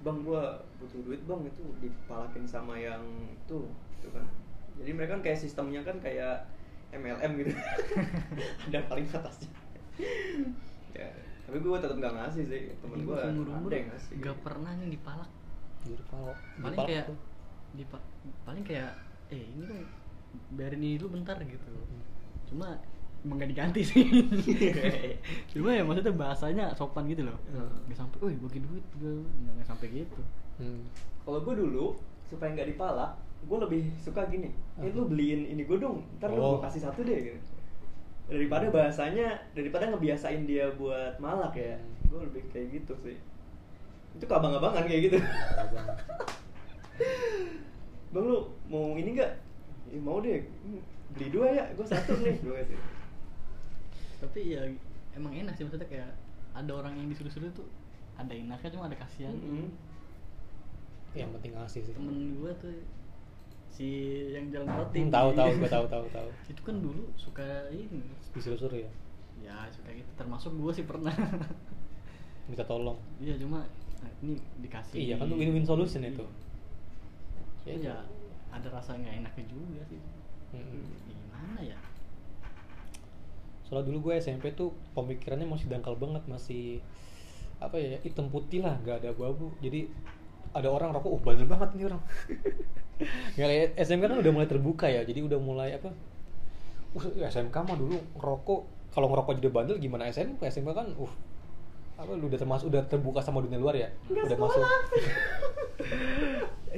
[SPEAKER 3] bang gue butuh duit bang itu dipalakin sama yang tuh gitu kan jadi mereka kan kayak sistemnya kan kayak MLM gitu ada paling atasnya ya tapi gue tetap nggak ngasih sih temen gue
[SPEAKER 2] gue
[SPEAKER 3] ada
[SPEAKER 2] seumur umur
[SPEAKER 3] yang ngasih
[SPEAKER 2] Iya, gak pernah nih dipalak
[SPEAKER 1] dipalak
[SPEAKER 2] paling kayak dipa paling kayak eh ini dong biarin ini dulu bentar gitu cuma emang gak diganti sih cuma ya maksudnya bahasanya sopan gitu loh
[SPEAKER 3] Hmm.
[SPEAKER 2] nggak sampai woi bagi duit gue nggak nggak sampai gitu
[SPEAKER 1] Hmm.
[SPEAKER 3] kalau gue dulu supaya nggak dipalak gue lebih suka gini eh lu beliin ini gue dong ntar lu
[SPEAKER 1] Oh.
[SPEAKER 3] gue kasih satu deh gitu daripada bahasanya daripada ngebiasain dia buat malak ya
[SPEAKER 2] Hmm.
[SPEAKER 3] gue lebih kayak gitu sih itu ke abang-abangan kayak gitu bang lu mau ini nggak "Ih, mau deh Hmm, beli dua ya gue satu nih gue kasih
[SPEAKER 2] tapi ya emang enak sih maksudnya kayak ada orang yang disuruh-suruh tuh ada enaknya cuma ada kasihan
[SPEAKER 3] Mm-mm.
[SPEAKER 1] Iya, yang penting ngasih sih
[SPEAKER 2] temen gua tuh si yang jalan roti
[SPEAKER 1] Hmm, tahu tahu gue tahu tahu tahu
[SPEAKER 2] itu kan dulu suka ini
[SPEAKER 1] disuruh-suruh ya
[SPEAKER 2] ya suka gitu termasuk gua sih pernah
[SPEAKER 1] minta tolong
[SPEAKER 2] iya cuma nah, ini dikasih
[SPEAKER 1] iya kan tuh win-win solution itu
[SPEAKER 2] Iya. Cuma ya ada rasa nggak enaknya juga sih
[SPEAKER 1] Mm-mm.
[SPEAKER 2] gimana ya
[SPEAKER 1] Soalnya dulu gue SMP tuh pemikirannya masih dangkal banget, masih apa ya hitam putih lah, nggak ada abu-abu. Jadi ada orang rokok, oh bandel banget nih orang. Nggak kayak SMK kan udah mulai terbuka ya, jadi udah mulai apa? Uh, SMK mah dulu ngerokok, kalau ngerokok jadi bandel gimana SMK? SMK kan, uh apa lu udah termasuk udah terbuka sama dunia luar ya? udah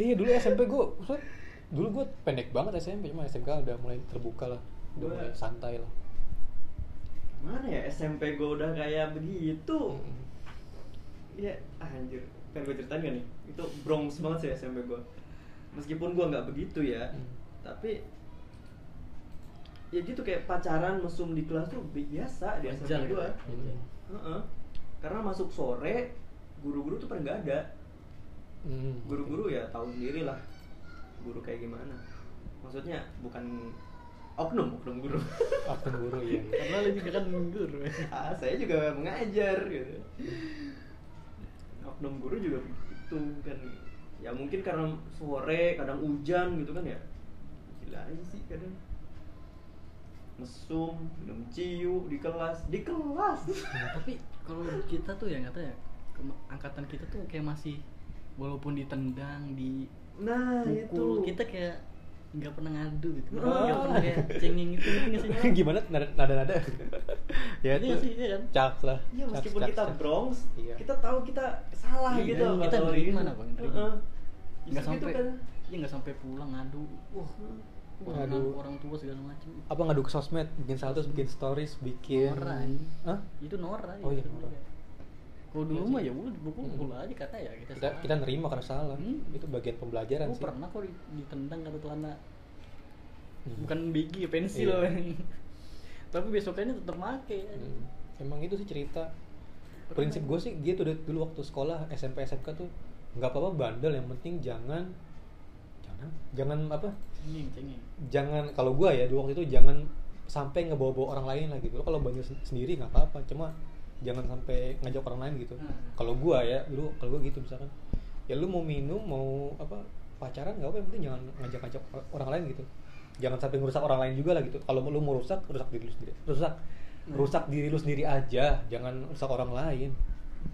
[SPEAKER 1] iya dulu SMP gue, dulu gue pendek banget SMP cuma SMK udah mulai terbuka lah, udah
[SPEAKER 3] Gue-
[SPEAKER 1] mulai santai lah.
[SPEAKER 3] mana ya SMP gue udah kayak begitu
[SPEAKER 1] Mm-mm.
[SPEAKER 3] Iya, anjir. Kan gue ceritain gak nih? Itu brongs banget sih SMP gue. Meskipun gue nggak begitu ya,
[SPEAKER 1] Hmm.
[SPEAKER 3] tapi ya gitu kayak pacaran mesum di kelas tuh biasa di
[SPEAKER 2] Wajar
[SPEAKER 3] SMP
[SPEAKER 2] gitu
[SPEAKER 3] gue.
[SPEAKER 2] ya, wajar.
[SPEAKER 3] Heeh. Karena masuk sore, guru-guru tuh pada nggak ada.
[SPEAKER 1] Hmm.
[SPEAKER 3] Guru-guru ya tahu sendiri lah. Guru kayak gimana? Maksudnya bukan oknum, oknum guru.
[SPEAKER 1] Akun guru iya. iya.
[SPEAKER 2] karena lagi kan minggur
[SPEAKER 3] ah, saya juga mengajar gitu oknum guru juga begitu kan ya mungkin karena sore kadang hujan gitu kan ya gila aja sih kadang mesum minum ciu di kelas di kelas
[SPEAKER 2] tapi kalau kita tuh ya nggak tahu ya kema- angkatan kita tuh kayak masih walaupun ditendang di
[SPEAKER 3] nah
[SPEAKER 2] pukul
[SPEAKER 3] itu
[SPEAKER 2] kita kayak nggak pernah ngadu gitu nggak
[SPEAKER 3] Ah.
[SPEAKER 2] pernah kayak cengeng gitu ngerti nggak sih
[SPEAKER 1] Gimana nada- nada-nada? ya
[SPEAKER 2] Iya sih, iya kan?
[SPEAKER 1] Cak lah.
[SPEAKER 3] ya
[SPEAKER 1] Cak,
[SPEAKER 3] meskipun
[SPEAKER 1] cak,
[SPEAKER 3] kita
[SPEAKER 1] cak.
[SPEAKER 3] Bronx
[SPEAKER 1] Iya.
[SPEAKER 3] kita tahu kita salah
[SPEAKER 2] Iya,
[SPEAKER 3] gitu
[SPEAKER 2] kita
[SPEAKER 3] bakal
[SPEAKER 2] nerima
[SPEAKER 3] gitu.
[SPEAKER 2] lah, Bang, nerima.
[SPEAKER 3] Heeh.
[SPEAKER 2] nggak
[SPEAKER 3] Justru gitu
[SPEAKER 2] sampai
[SPEAKER 3] kan.
[SPEAKER 2] ya nggak sampai pulang ngadu wah orang,
[SPEAKER 1] Ngadu.
[SPEAKER 2] orang tua segala macam
[SPEAKER 1] apa ngadu ke sosmed, bikin status, bikin stories, bikin
[SPEAKER 2] Norak.
[SPEAKER 1] Hah?
[SPEAKER 2] itu norak
[SPEAKER 1] Oh iya,
[SPEAKER 2] itu
[SPEAKER 1] norak.
[SPEAKER 2] juga. kalau dulu
[SPEAKER 1] Iya
[SPEAKER 2] mah
[SPEAKER 1] sih.
[SPEAKER 2] ya udah dipukul
[SPEAKER 1] Hmm.
[SPEAKER 2] pukul aja kata ya kita
[SPEAKER 1] Kita kita nerima karena salah.
[SPEAKER 2] Hmm.
[SPEAKER 1] Itu bagian pembelajaran
[SPEAKER 2] gue
[SPEAKER 1] sih.
[SPEAKER 2] pernah kok di- ditendang karena celana
[SPEAKER 1] Hmm.
[SPEAKER 2] bukan begi ya, pensil
[SPEAKER 1] Iya.
[SPEAKER 2] Bang. tapi besokannya tetap make
[SPEAKER 1] Hmm. Emang itu sih cerita.
[SPEAKER 2] Pernah.
[SPEAKER 1] Prinsip gue sih gitu dari dulu waktu sekolah SMP SMK tuh nggak apa-apa bandel yang penting jangan jangan jangan apa
[SPEAKER 2] cengeng cengeng
[SPEAKER 1] jangan kalau gua ya di waktu itu jangan sampai ngebawa-bawa orang lain lah gitu lo kalau bandel sen- sendiri nggak apa-apa cuma jangan sampai ngajak orang lain gitu
[SPEAKER 2] Hmm.
[SPEAKER 1] kalau gua ya dulu kalau gua gitu misalkan ya lu mau minum mau apa pacaran nggak apa yang penting jangan ngajak-ngajak or- orang lain gitu jangan sampai ngerusak orang lain juga lah gitu kalau lu mau rusak rusak diri lu sendiri rusak rusak diri lu sendiri aja jangan rusak orang lain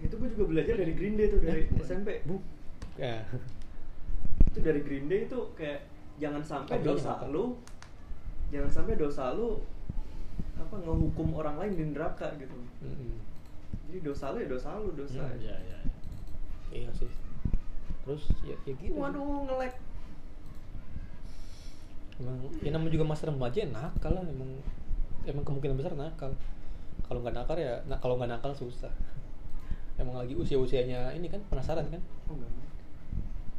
[SPEAKER 3] itu gue juga belajar dari Green Day tuh dari
[SPEAKER 2] Eh,
[SPEAKER 3] SMP
[SPEAKER 1] bu eh,
[SPEAKER 3] itu dari Green Day itu kayak jangan sampai
[SPEAKER 1] Apa
[SPEAKER 3] dosa
[SPEAKER 1] apa?
[SPEAKER 3] lu jangan sampai dosa lu apa ngehukum orang lain di neraka gitu
[SPEAKER 1] mm-mm.
[SPEAKER 3] jadi dosa lu ya dosa lu dosa
[SPEAKER 1] Hmm,
[SPEAKER 2] ya ya
[SPEAKER 1] iya sih terus ya, ya gitu sih.
[SPEAKER 3] waduh ngelek
[SPEAKER 1] emang ya namanya juga masa remaja ya nakal lah emang emang kemungkinan besar nakal kalau nggak nakal ya na- kalau nggak nakal susah emang lagi usia usianya ini kan penasaran kan
[SPEAKER 3] oh enggak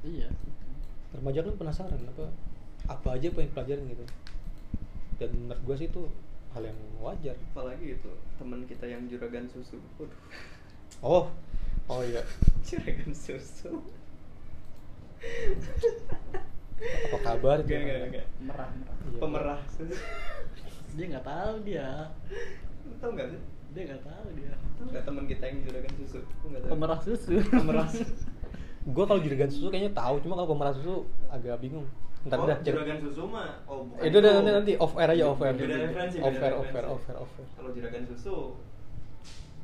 [SPEAKER 2] iya
[SPEAKER 1] remaja kan penasaran apa apa aja pengen pelajaran gitu dan menurut gue sih itu hal yang wajar
[SPEAKER 3] apalagi itu teman kita yang juragan susu waduh
[SPEAKER 1] oh oh iya
[SPEAKER 3] juragan susu
[SPEAKER 1] apa kabar
[SPEAKER 3] enggak enggak enggak
[SPEAKER 2] merah merah
[SPEAKER 1] Iya.
[SPEAKER 3] pemerah susu
[SPEAKER 2] dia nggak tahu dia
[SPEAKER 3] Lu tau nggak sih
[SPEAKER 2] dia nggak tahu dia
[SPEAKER 3] tau nggak teman kita yang juragan susu Lu nggak tahu
[SPEAKER 2] pemerah susu
[SPEAKER 3] pemerah susu
[SPEAKER 1] gue kalau juragan susu kayaknya tahu cuma kalau pemerah susu agak bingung ntar
[SPEAKER 3] Oh,
[SPEAKER 1] dah cer-
[SPEAKER 3] juragan susu mah oh bukan
[SPEAKER 1] itu Eh, udah nanti nanti off air aja off air
[SPEAKER 3] Beda referensi, beda
[SPEAKER 1] off air off air
[SPEAKER 3] referensi.
[SPEAKER 1] off air off air
[SPEAKER 3] Kalau juragan susu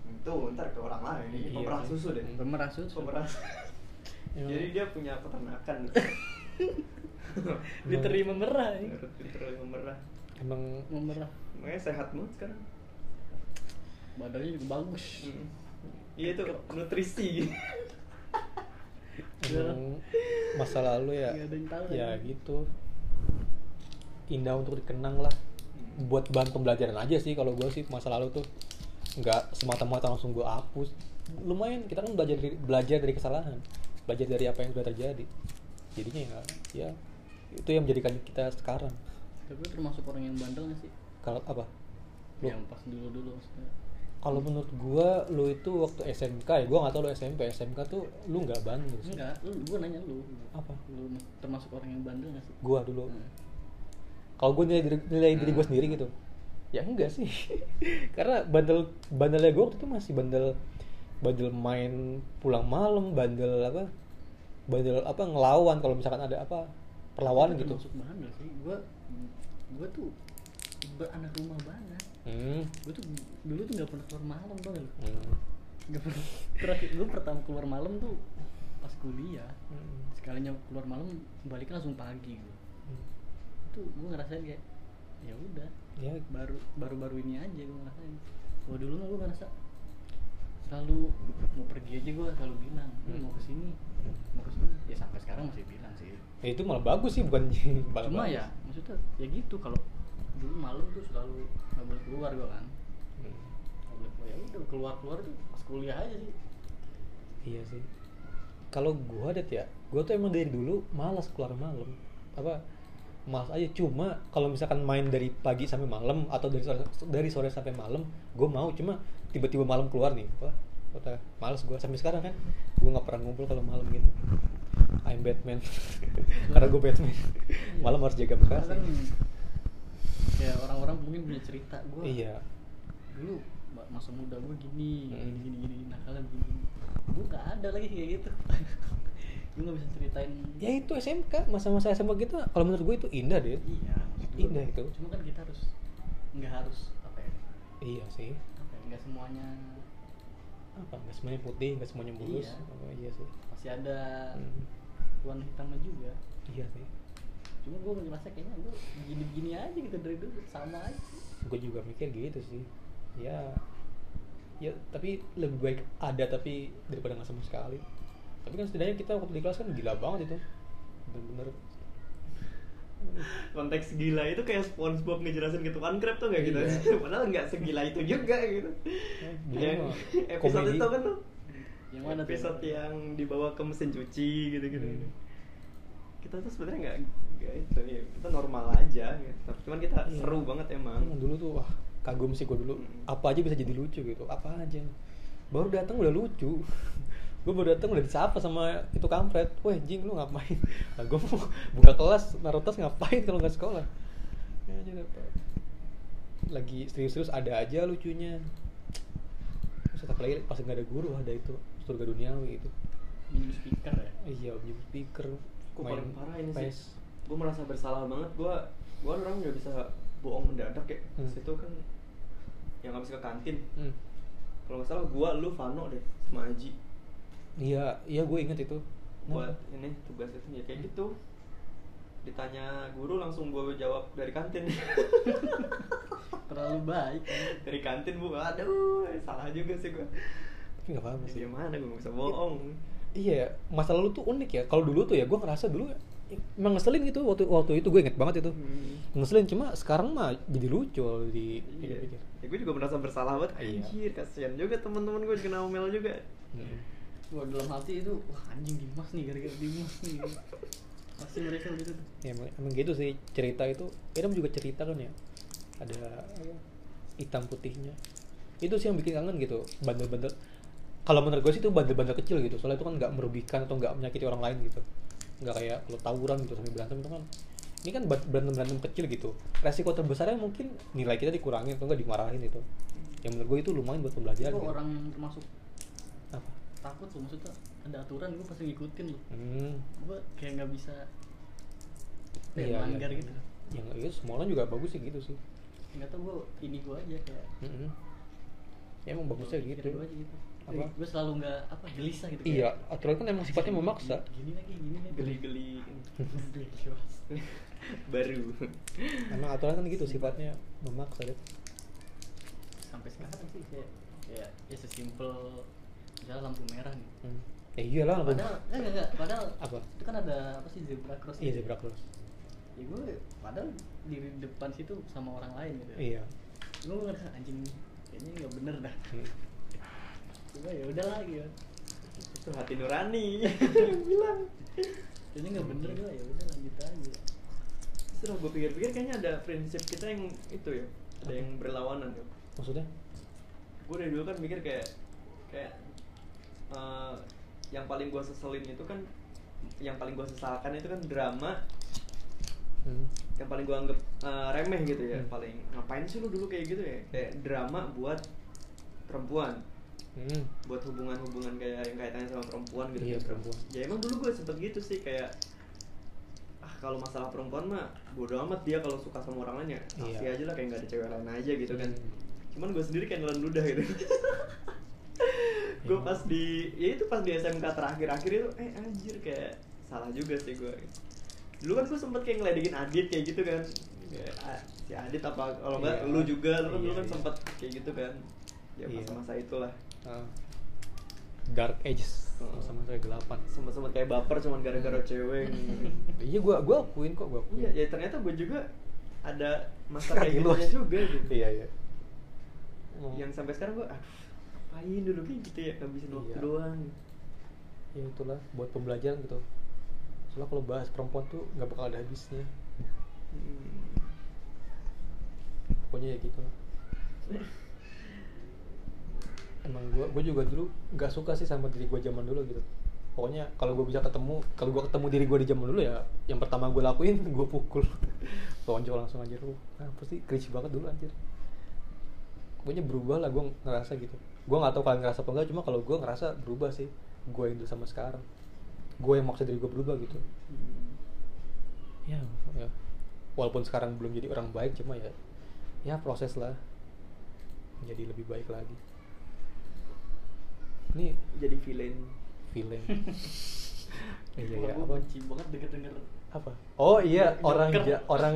[SPEAKER 3] itu ntar ke orang lain. Ini
[SPEAKER 1] Iya
[SPEAKER 3] pemerah
[SPEAKER 1] sih.
[SPEAKER 3] susu deh.
[SPEAKER 2] pemerah susu
[SPEAKER 3] Pemerah.
[SPEAKER 1] Emang-
[SPEAKER 3] Jadi dia punya peternakan.
[SPEAKER 2] diterima
[SPEAKER 1] Iya.
[SPEAKER 2] merah ya.
[SPEAKER 3] Menurut Fitro yang pemerah.
[SPEAKER 1] emang
[SPEAKER 2] memerah
[SPEAKER 3] Makanya sehat banget sekarang.
[SPEAKER 2] badannya juga bagus
[SPEAKER 3] Hmm. Iya itu nutrisi.
[SPEAKER 2] Iya.
[SPEAKER 1] Emang masa lalu ya
[SPEAKER 2] Nggak ada yang tahu
[SPEAKER 1] ya
[SPEAKER 2] kan?
[SPEAKER 1] gitu indah untuk dikenang lah
[SPEAKER 3] Hmm.
[SPEAKER 1] buat bahan pembelajaran aja sih kalau gue sih masa lalu tuh nggak semata-mata langsung gue hapus lumayan kita kan belajar dari, belajar dari kesalahan belajar dari apa yang sudah terjadi jadinya ya ya itu yang menjadikan kita sekarang
[SPEAKER 2] tapi lu termasuk orang yang bandel gak sih
[SPEAKER 1] kalau apa Lu?
[SPEAKER 2] yang pas dulu dulu maksudnya
[SPEAKER 1] kalau menurut gue lu itu waktu SMK ya gue nggak tahu lu SMP SMK tuh lu nggak bandel sih
[SPEAKER 2] enggak lu gue nanya lu
[SPEAKER 1] apa
[SPEAKER 2] lu termasuk orang yang bandel gak sih
[SPEAKER 1] gue dulu
[SPEAKER 2] Hmm.
[SPEAKER 1] kalau gue nilai diri, nilai diri gue
[SPEAKER 3] Hmm.
[SPEAKER 1] sendiri gitu ya enggak sih karena bandel bandelnya gue waktu itu masih bandel bandel main pulang malam bandel apa bandel apa ngelawan kalau misalkan ada apa perlawanan
[SPEAKER 2] Itu
[SPEAKER 1] gitu
[SPEAKER 2] termasuk bandel sih gue gue tuh beranak rumah banget
[SPEAKER 1] hmm.
[SPEAKER 2] gue tuh dulu tuh nggak pernah keluar malam tau gak lu
[SPEAKER 1] Hmm.
[SPEAKER 2] nggak pernah terakhir gue pertama keluar malam tuh pas kuliah
[SPEAKER 1] Hmm.
[SPEAKER 2] sekalinya keluar malam baliknya langsung pagi gitu
[SPEAKER 1] Hmm.
[SPEAKER 2] itu gue ngerasain kayak ya udah
[SPEAKER 1] ya
[SPEAKER 2] baru baru baru ini aja gue ngerasain kalau Oh, dulu mah gue ngerasa selalu mau pergi aja gue selalu bilang "Eh, mau kesini mau kesini ya sampai sekarang masih bilang sih
[SPEAKER 1] ya itu malah bagus sih bukan malah
[SPEAKER 2] cuma
[SPEAKER 1] bagus.
[SPEAKER 2] ya maksudnya ya gitu kalau dulu malam tuh selalu nggak boleh keluar gue kan
[SPEAKER 1] Hmm.
[SPEAKER 2] nggak boleh keluar ya udah keluar keluar tuh pas kuliah aja sih
[SPEAKER 1] Iya sih. Kalau gua det ya, gua tuh emang dari dulu malas keluar malam. Apa malas aja cuma kalau misalkan main dari pagi sampai malam atau dari sore, dari sore sampai malam, gua mau cuma tiba-tiba malam keluar nih. Wah, udah malas gua sampai sekarang kan. Gua nggak pernah ngumpul kalau malam gitu. I'm Batman. Karena gua Batman. malam harus jaga
[SPEAKER 2] Karena
[SPEAKER 1] bekas.
[SPEAKER 2] kan ya orang-orang mungkin punya cerita gue
[SPEAKER 1] Iya.
[SPEAKER 2] dulu ma- masa muda gue gini
[SPEAKER 1] Mm.
[SPEAKER 2] gini gini nah, gini nakalnya begini gue gak ada lagi kayak gitu gue gak bisa ceritain
[SPEAKER 1] Ya itu SMK, masa-masa SMK kita gitu. kalau menurut gua itu indah deh.
[SPEAKER 2] iya maksud gua,
[SPEAKER 1] Indah itu.
[SPEAKER 2] cuma kan kita harus nggak harus apa ya
[SPEAKER 1] Iya sih.
[SPEAKER 2] apa ya nggak semuanya
[SPEAKER 1] Apa nggak semuanya putih, nggak semuanya mulus.
[SPEAKER 2] Iya.
[SPEAKER 1] Apa, iya sih.
[SPEAKER 2] pasti ada
[SPEAKER 1] Hmm.
[SPEAKER 2] warna hitamnya juga
[SPEAKER 1] Iya sih.
[SPEAKER 2] cuma gue ngerasa kayaknya gue begini-begini aja gitu dari dulu sama aja
[SPEAKER 1] Gue juga mikir gitu sih. Ya, ya tapi lebih baik ada tapi daripada nggak sama sekali. Tapi kan setidaknya kita waktu di kelas kan gila banget itu. Bener-bener.
[SPEAKER 3] konteks gila itu kayak SpongeBob ngejelasin ke Tuan Crab tuh nggak gitu
[SPEAKER 1] Iya.
[SPEAKER 3] padahal nggak segila itu juga gitu
[SPEAKER 1] Dulu
[SPEAKER 3] yang
[SPEAKER 1] mah
[SPEAKER 3] episode
[SPEAKER 1] komedi.
[SPEAKER 3] itu kan tuh
[SPEAKER 2] yang mana tuh?
[SPEAKER 3] episode
[SPEAKER 1] ya.
[SPEAKER 3] yang dibawa ke mesin cuci gitu gitu
[SPEAKER 1] Hmm.
[SPEAKER 3] kita tuh sebenarnya nggak nggak itu ya kita normal aja gitu. Tapi cuman kita
[SPEAKER 1] Iya.
[SPEAKER 3] seru banget emang
[SPEAKER 1] Emang dulu tuh wah kagum sih gue dulu.
[SPEAKER 3] Hmm.
[SPEAKER 1] Apa aja bisa jadi lucu gitu. Apa aja. Baru datang udah lucu. gue baru datang udah disapa sama itu kampret. Weh Jing lu ngapain? Nah, gue mau buka kelas naruh tas ngapain kalau nggak sekolah? Ya, jadi apa? lagi serius-serius ada aja lucunya terus satu lagi pas nggak ada guru ada itu surga duniawi itu
[SPEAKER 2] minum speaker ya
[SPEAKER 1] iya objek speaker
[SPEAKER 3] Kok paling parah ini
[SPEAKER 1] PES.
[SPEAKER 3] sih gue merasa bersalah banget gue gue orang nggak bisa bohong mendadak ya
[SPEAKER 1] Hmm.
[SPEAKER 3] situ kan yang habis ke kantin
[SPEAKER 1] Hmm.
[SPEAKER 3] kalau nggak salah gue lu Fano deh sama Aji
[SPEAKER 1] iya iya gue inget itu
[SPEAKER 3] buat ini tugas itu ya kayak gitu ditanya guru langsung gue jawab dari kantin
[SPEAKER 2] terlalu baik
[SPEAKER 3] dari kantin bu aduh salah juga sih gue
[SPEAKER 1] tapi nggak paham sih
[SPEAKER 3] gimana gue nggak bisa bohong
[SPEAKER 1] Iya, masa lalu tuh unik ya. Kalau dulu tuh ya gue ngerasa dulu emang ngeselin gitu waktu waktu itu gue inget banget itu.
[SPEAKER 3] Hmm.
[SPEAKER 1] Ngeselin cuma sekarang mah jadi lucu kalau di
[SPEAKER 3] Iya.
[SPEAKER 1] pikir-pikir.
[SPEAKER 3] Ya, gue juga merasa bersalah banget.
[SPEAKER 1] Iya.
[SPEAKER 3] Anjir, kasihan juga teman-teman gue kena omel juga.
[SPEAKER 1] Mm.
[SPEAKER 2] Wah dalam hati itu wah anjing Dimas nih gara-gara Dimas nih. Pasti mereka begitu tuh.
[SPEAKER 1] Ya, emang, emang gitu sih cerita itu. Ini juga cerita kan ya. Ada hitam putihnya. Itu sih yang bikin kangen gitu. Bandel-bandel. Kalau menurut gue sih itu bandel-bandel kecil gitu. Soalnya itu kan nggak merugikan atau nggak menyakiti orang lain gitu. Nggak kayak kalau tawuran gitu sampai berantem itu kan. Ini kan berantem berantem kecil gitu. Resiko terbesarnya mungkin nilai kita dikurangin atau nggak dimarahin itu. Yang menurut gue itu lumayan buat
[SPEAKER 2] Gue
[SPEAKER 1] pembelajaran. gitu.
[SPEAKER 2] orang yang termasuk
[SPEAKER 1] Apa?
[SPEAKER 2] takut loh maksudnya ada aturan gue pasti ngikutin loh.
[SPEAKER 1] Hmm.
[SPEAKER 2] Gue kayak nggak bisa kayak
[SPEAKER 1] Iya,
[SPEAKER 2] melanggar
[SPEAKER 1] iya.
[SPEAKER 2] gitu.
[SPEAKER 1] Yang itu semua orang juga bagus sih gitu sih.
[SPEAKER 2] Nggak tau gue ini gue aja kayak.
[SPEAKER 1] Mm-mm. Ya, emang bagusnya
[SPEAKER 2] pikiran
[SPEAKER 1] gitu.
[SPEAKER 2] Gue aja gitu.
[SPEAKER 1] Apa?
[SPEAKER 2] Gue selalu nggak apa gelisah gitu.
[SPEAKER 1] Iya,
[SPEAKER 2] kayak,
[SPEAKER 1] aturan kan emang sifatnya memaksa.
[SPEAKER 2] Gini lagi gini lagi.
[SPEAKER 3] Geli-geli
[SPEAKER 2] Geli, Dimas.
[SPEAKER 3] baru.
[SPEAKER 1] Emang aturan kan gitu sifatnya memaksa deh.
[SPEAKER 2] Sampai sekarang sih kayak kayak ya sesimpel misalnya lampu merah nih.
[SPEAKER 1] Hmm. Ya iyalah. apa-
[SPEAKER 2] Padahal, enggak, enggak, enggak. Padahal
[SPEAKER 1] Apa?
[SPEAKER 2] itu kan ada apa sih zebra cross
[SPEAKER 1] Iya
[SPEAKER 2] gitu.
[SPEAKER 1] zebra cross.
[SPEAKER 2] ya gue padahal di depan situ sama orang lain gitu
[SPEAKER 1] iya
[SPEAKER 2] gue ngerasa anjing kayaknya nggak bener dah
[SPEAKER 1] Hmm.
[SPEAKER 2] cuma ya udahlah gitu
[SPEAKER 3] itu hati nurani yang bilang
[SPEAKER 2] kayaknya nggak bener
[SPEAKER 1] Iya.
[SPEAKER 2] gue ya udah lanjut aja
[SPEAKER 3] setelah gue pikir-pikir kayaknya ada prinsip kita yang itu ya ada yang berlawanan ya
[SPEAKER 1] maksudnya
[SPEAKER 3] gue dari dulu kan mikir kayak kayak eh, yang paling gue seselin itu kan yang paling gue sesalkan itu kan drama
[SPEAKER 1] Hmm.
[SPEAKER 3] yang paling gue anggap eh, remeh gitu ya
[SPEAKER 1] Hmm.
[SPEAKER 3] paling ngapain sih lu dulu kayak gitu ya kayak drama buat perempuan
[SPEAKER 1] Hmm.
[SPEAKER 3] buat hubungan-hubungan kayak yang kaitannya sama perempuan gitu
[SPEAKER 1] Iya,
[SPEAKER 3] Terus,
[SPEAKER 1] perempuan.
[SPEAKER 3] ya emang dulu gue sempet gitu sih kayak ah kalau masalah perempuan mah bodo amat dia kalau suka sama orang
[SPEAKER 1] Iya.
[SPEAKER 3] lain ya kasih aja lah kayak nggak ada cewek lain aja gitu kan
[SPEAKER 1] Hmm.
[SPEAKER 3] cuman gue sendiri kayak nelan ludah gitu gue
[SPEAKER 1] Iya.
[SPEAKER 3] pas di ya itu pas di SMK terakhir-akhir itu eh anjir kayak salah juga sih gue dulu kan gue sempet kayak ngeledekin Adit kayak gitu kan Kayak, "Ah, si Adit apa kalau nggak
[SPEAKER 1] Iya.
[SPEAKER 3] lu juga lu kan dulu
[SPEAKER 1] Iya,
[SPEAKER 3] kan
[SPEAKER 1] iya.
[SPEAKER 3] sempet kayak gitu kan ya
[SPEAKER 1] Iya.
[SPEAKER 3] masa-masa itulah
[SPEAKER 1] Ah. dark ages
[SPEAKER 3] Oh.
[SPEAKER 1] sama saya gelapan
[SPEAKER 3] sempet-sempet kayak baper cuman gara-gara cewek gitu.
[SPEAKER 1] iya gua gua akuin kok gua akuin
[SPEAKER 3] iya ya ternyata gue juga ada masa
[SPEAKER 1] Lagi
[SPEAKER 3] kayak
[SPEAKER 1] lu.
[SPEAKER 3] gitunya juga gitu
[SPEAKER 1] iya iya Oh.
[SPEAKER 3] yang sampai sekarang gue aduh ngapain dulu kayak gitu ya ngabisin waktu
[SPEAKER 1] Iya.
[SPEAKER 3] doang
[SPEAKER 1] ya itulah buat pembelajaran gitu soalnya kalau bahas perempuan tuh nggak bakal ada habisnya
[SPEAKER 3] Hmm.
[SPEAKER 1] pokoknya ya gitu lah. emang gua gua juga dulu nggak suka sih sama diri gua zaman dulu gitu pokoknya kalau gua bisa ketemu kalau gua ketemu diri gua di zaman dulu ya yang pertama gua lakuin gua pukul tonjol langsung anjir lu nah, pasti cringe banget dulu anjir pokoknya berubah lah gua ngerasa gitu gua nggak tahu kalian ngerasa apa enggak cuma kalau gua ngerasa berubah sih gua yang dulu sama sekarang gua yang maksud diri gua berubah gitu
[SPEAKER 3] Hmm.
[SPEAKER 1] ya, ya. walaupun sekarang belum jadi orang baik cuma ya ya proses lah jadi lebih baik lagi ini
[SPEAKER 3] jadi villain
[SPEAKER 1] villain iya
[SPEAKER 2] Wah,
[SPEAKER 1] iya
[SPEAKER 2] gue
[SPEAKER 1] apa
[SPEAKER 2] benci banget denger-denger
[SPEAKER 1] apa oh iya
[SPEAKER 2] Joker.
[SPEAKER 1] orang ja- orang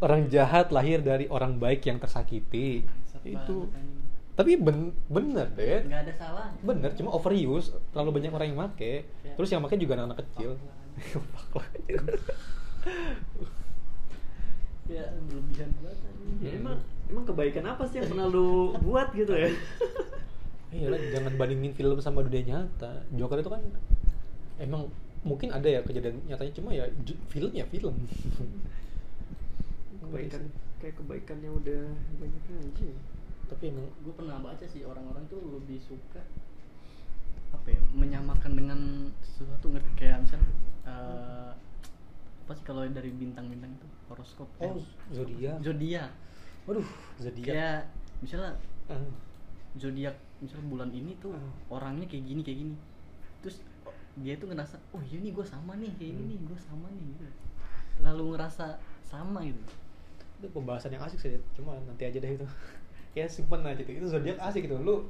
[SPEAKER 1] orang jahat lahir dari orang baik yang tersakiti
[SPEAKER 2] Bangsat
[SPEAKER 1] itu
[SPEAKER 2] banget, anjing.
[SPEAKER 1] tapi ben bener deh
[SPEAKER 2] nggak ada salah
[SPEAKER 1] bener cuma overuse terlalu banyak orang yang make
[SPEAKER 2] Ya.
[SPEAKER 1] terus yang make juga anak-anak kecil
[SPEAKER 2] Oh. ya berlebihan banget anjing.
[SPEAKER 3] Ya, emang emang kebaikan apa sih yang pernah lu buat gitu ya
[SPEAKER 1] Iya lah, jangan bandingin film sama dunia nyata. Joker itu kan emang mungkin ada ya kejadian nyatanya cuma ya ju- film ya film.
[SPEAKER 3] kebaikan kayak kebaikan yang udah banyak aja
[SPEAKER 1] Tapi emang
[SPEAKER 2] gue pernah baca sih orang-orang tuh lebih suka apa ya menyamakan dengan sesuatu nggak kayak misalnya eh, apa sih kalau dari bintang-bintang itu horoskop kan?
[SPEAKER 1] oh zodiak.
[SPEAKER 2] zodiak
[SPEAKER 1] Waduh, zodiak.
[SPEAKER 2] kayak misalnya
[SPEAKER 1] Ah,
[SPEAKER 2] zodiak misalnya bulan ini tuh
[SPEAKER 1] Hmm.
[SPEAKER 2] orangnya kayak gini kayak gini terus o- dia tuh ngerasa oh iya nih gue sama nih kayak
[SPEAKER 1] Hmm.
[SPEAKER 2] gini nih gue sama nih gitu lalu ngerasa sama gitu
[SPEAKER 1] itu pembahasan yang asik sih, cuma nanti aja deh itu. ya simpen aja tuh. Itu zodiak asik gitu. Lu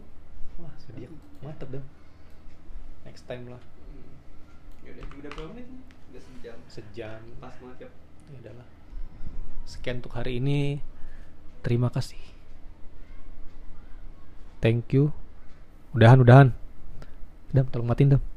[SPEAKER 1] wah, zodiak mantep dong. Next time lah,
[SPEAKER 3] ya udah udah berapa menit nih? udah sejam
[SPEAKER 1] sejam.
[SPEAKER 3] pas banget ya
[SPEAKER 1] Ya udahlah. Sekian untuk hari ini. Terima kasih. Thank you. Udahan, udahan. Dam, tolong matiin, Dam.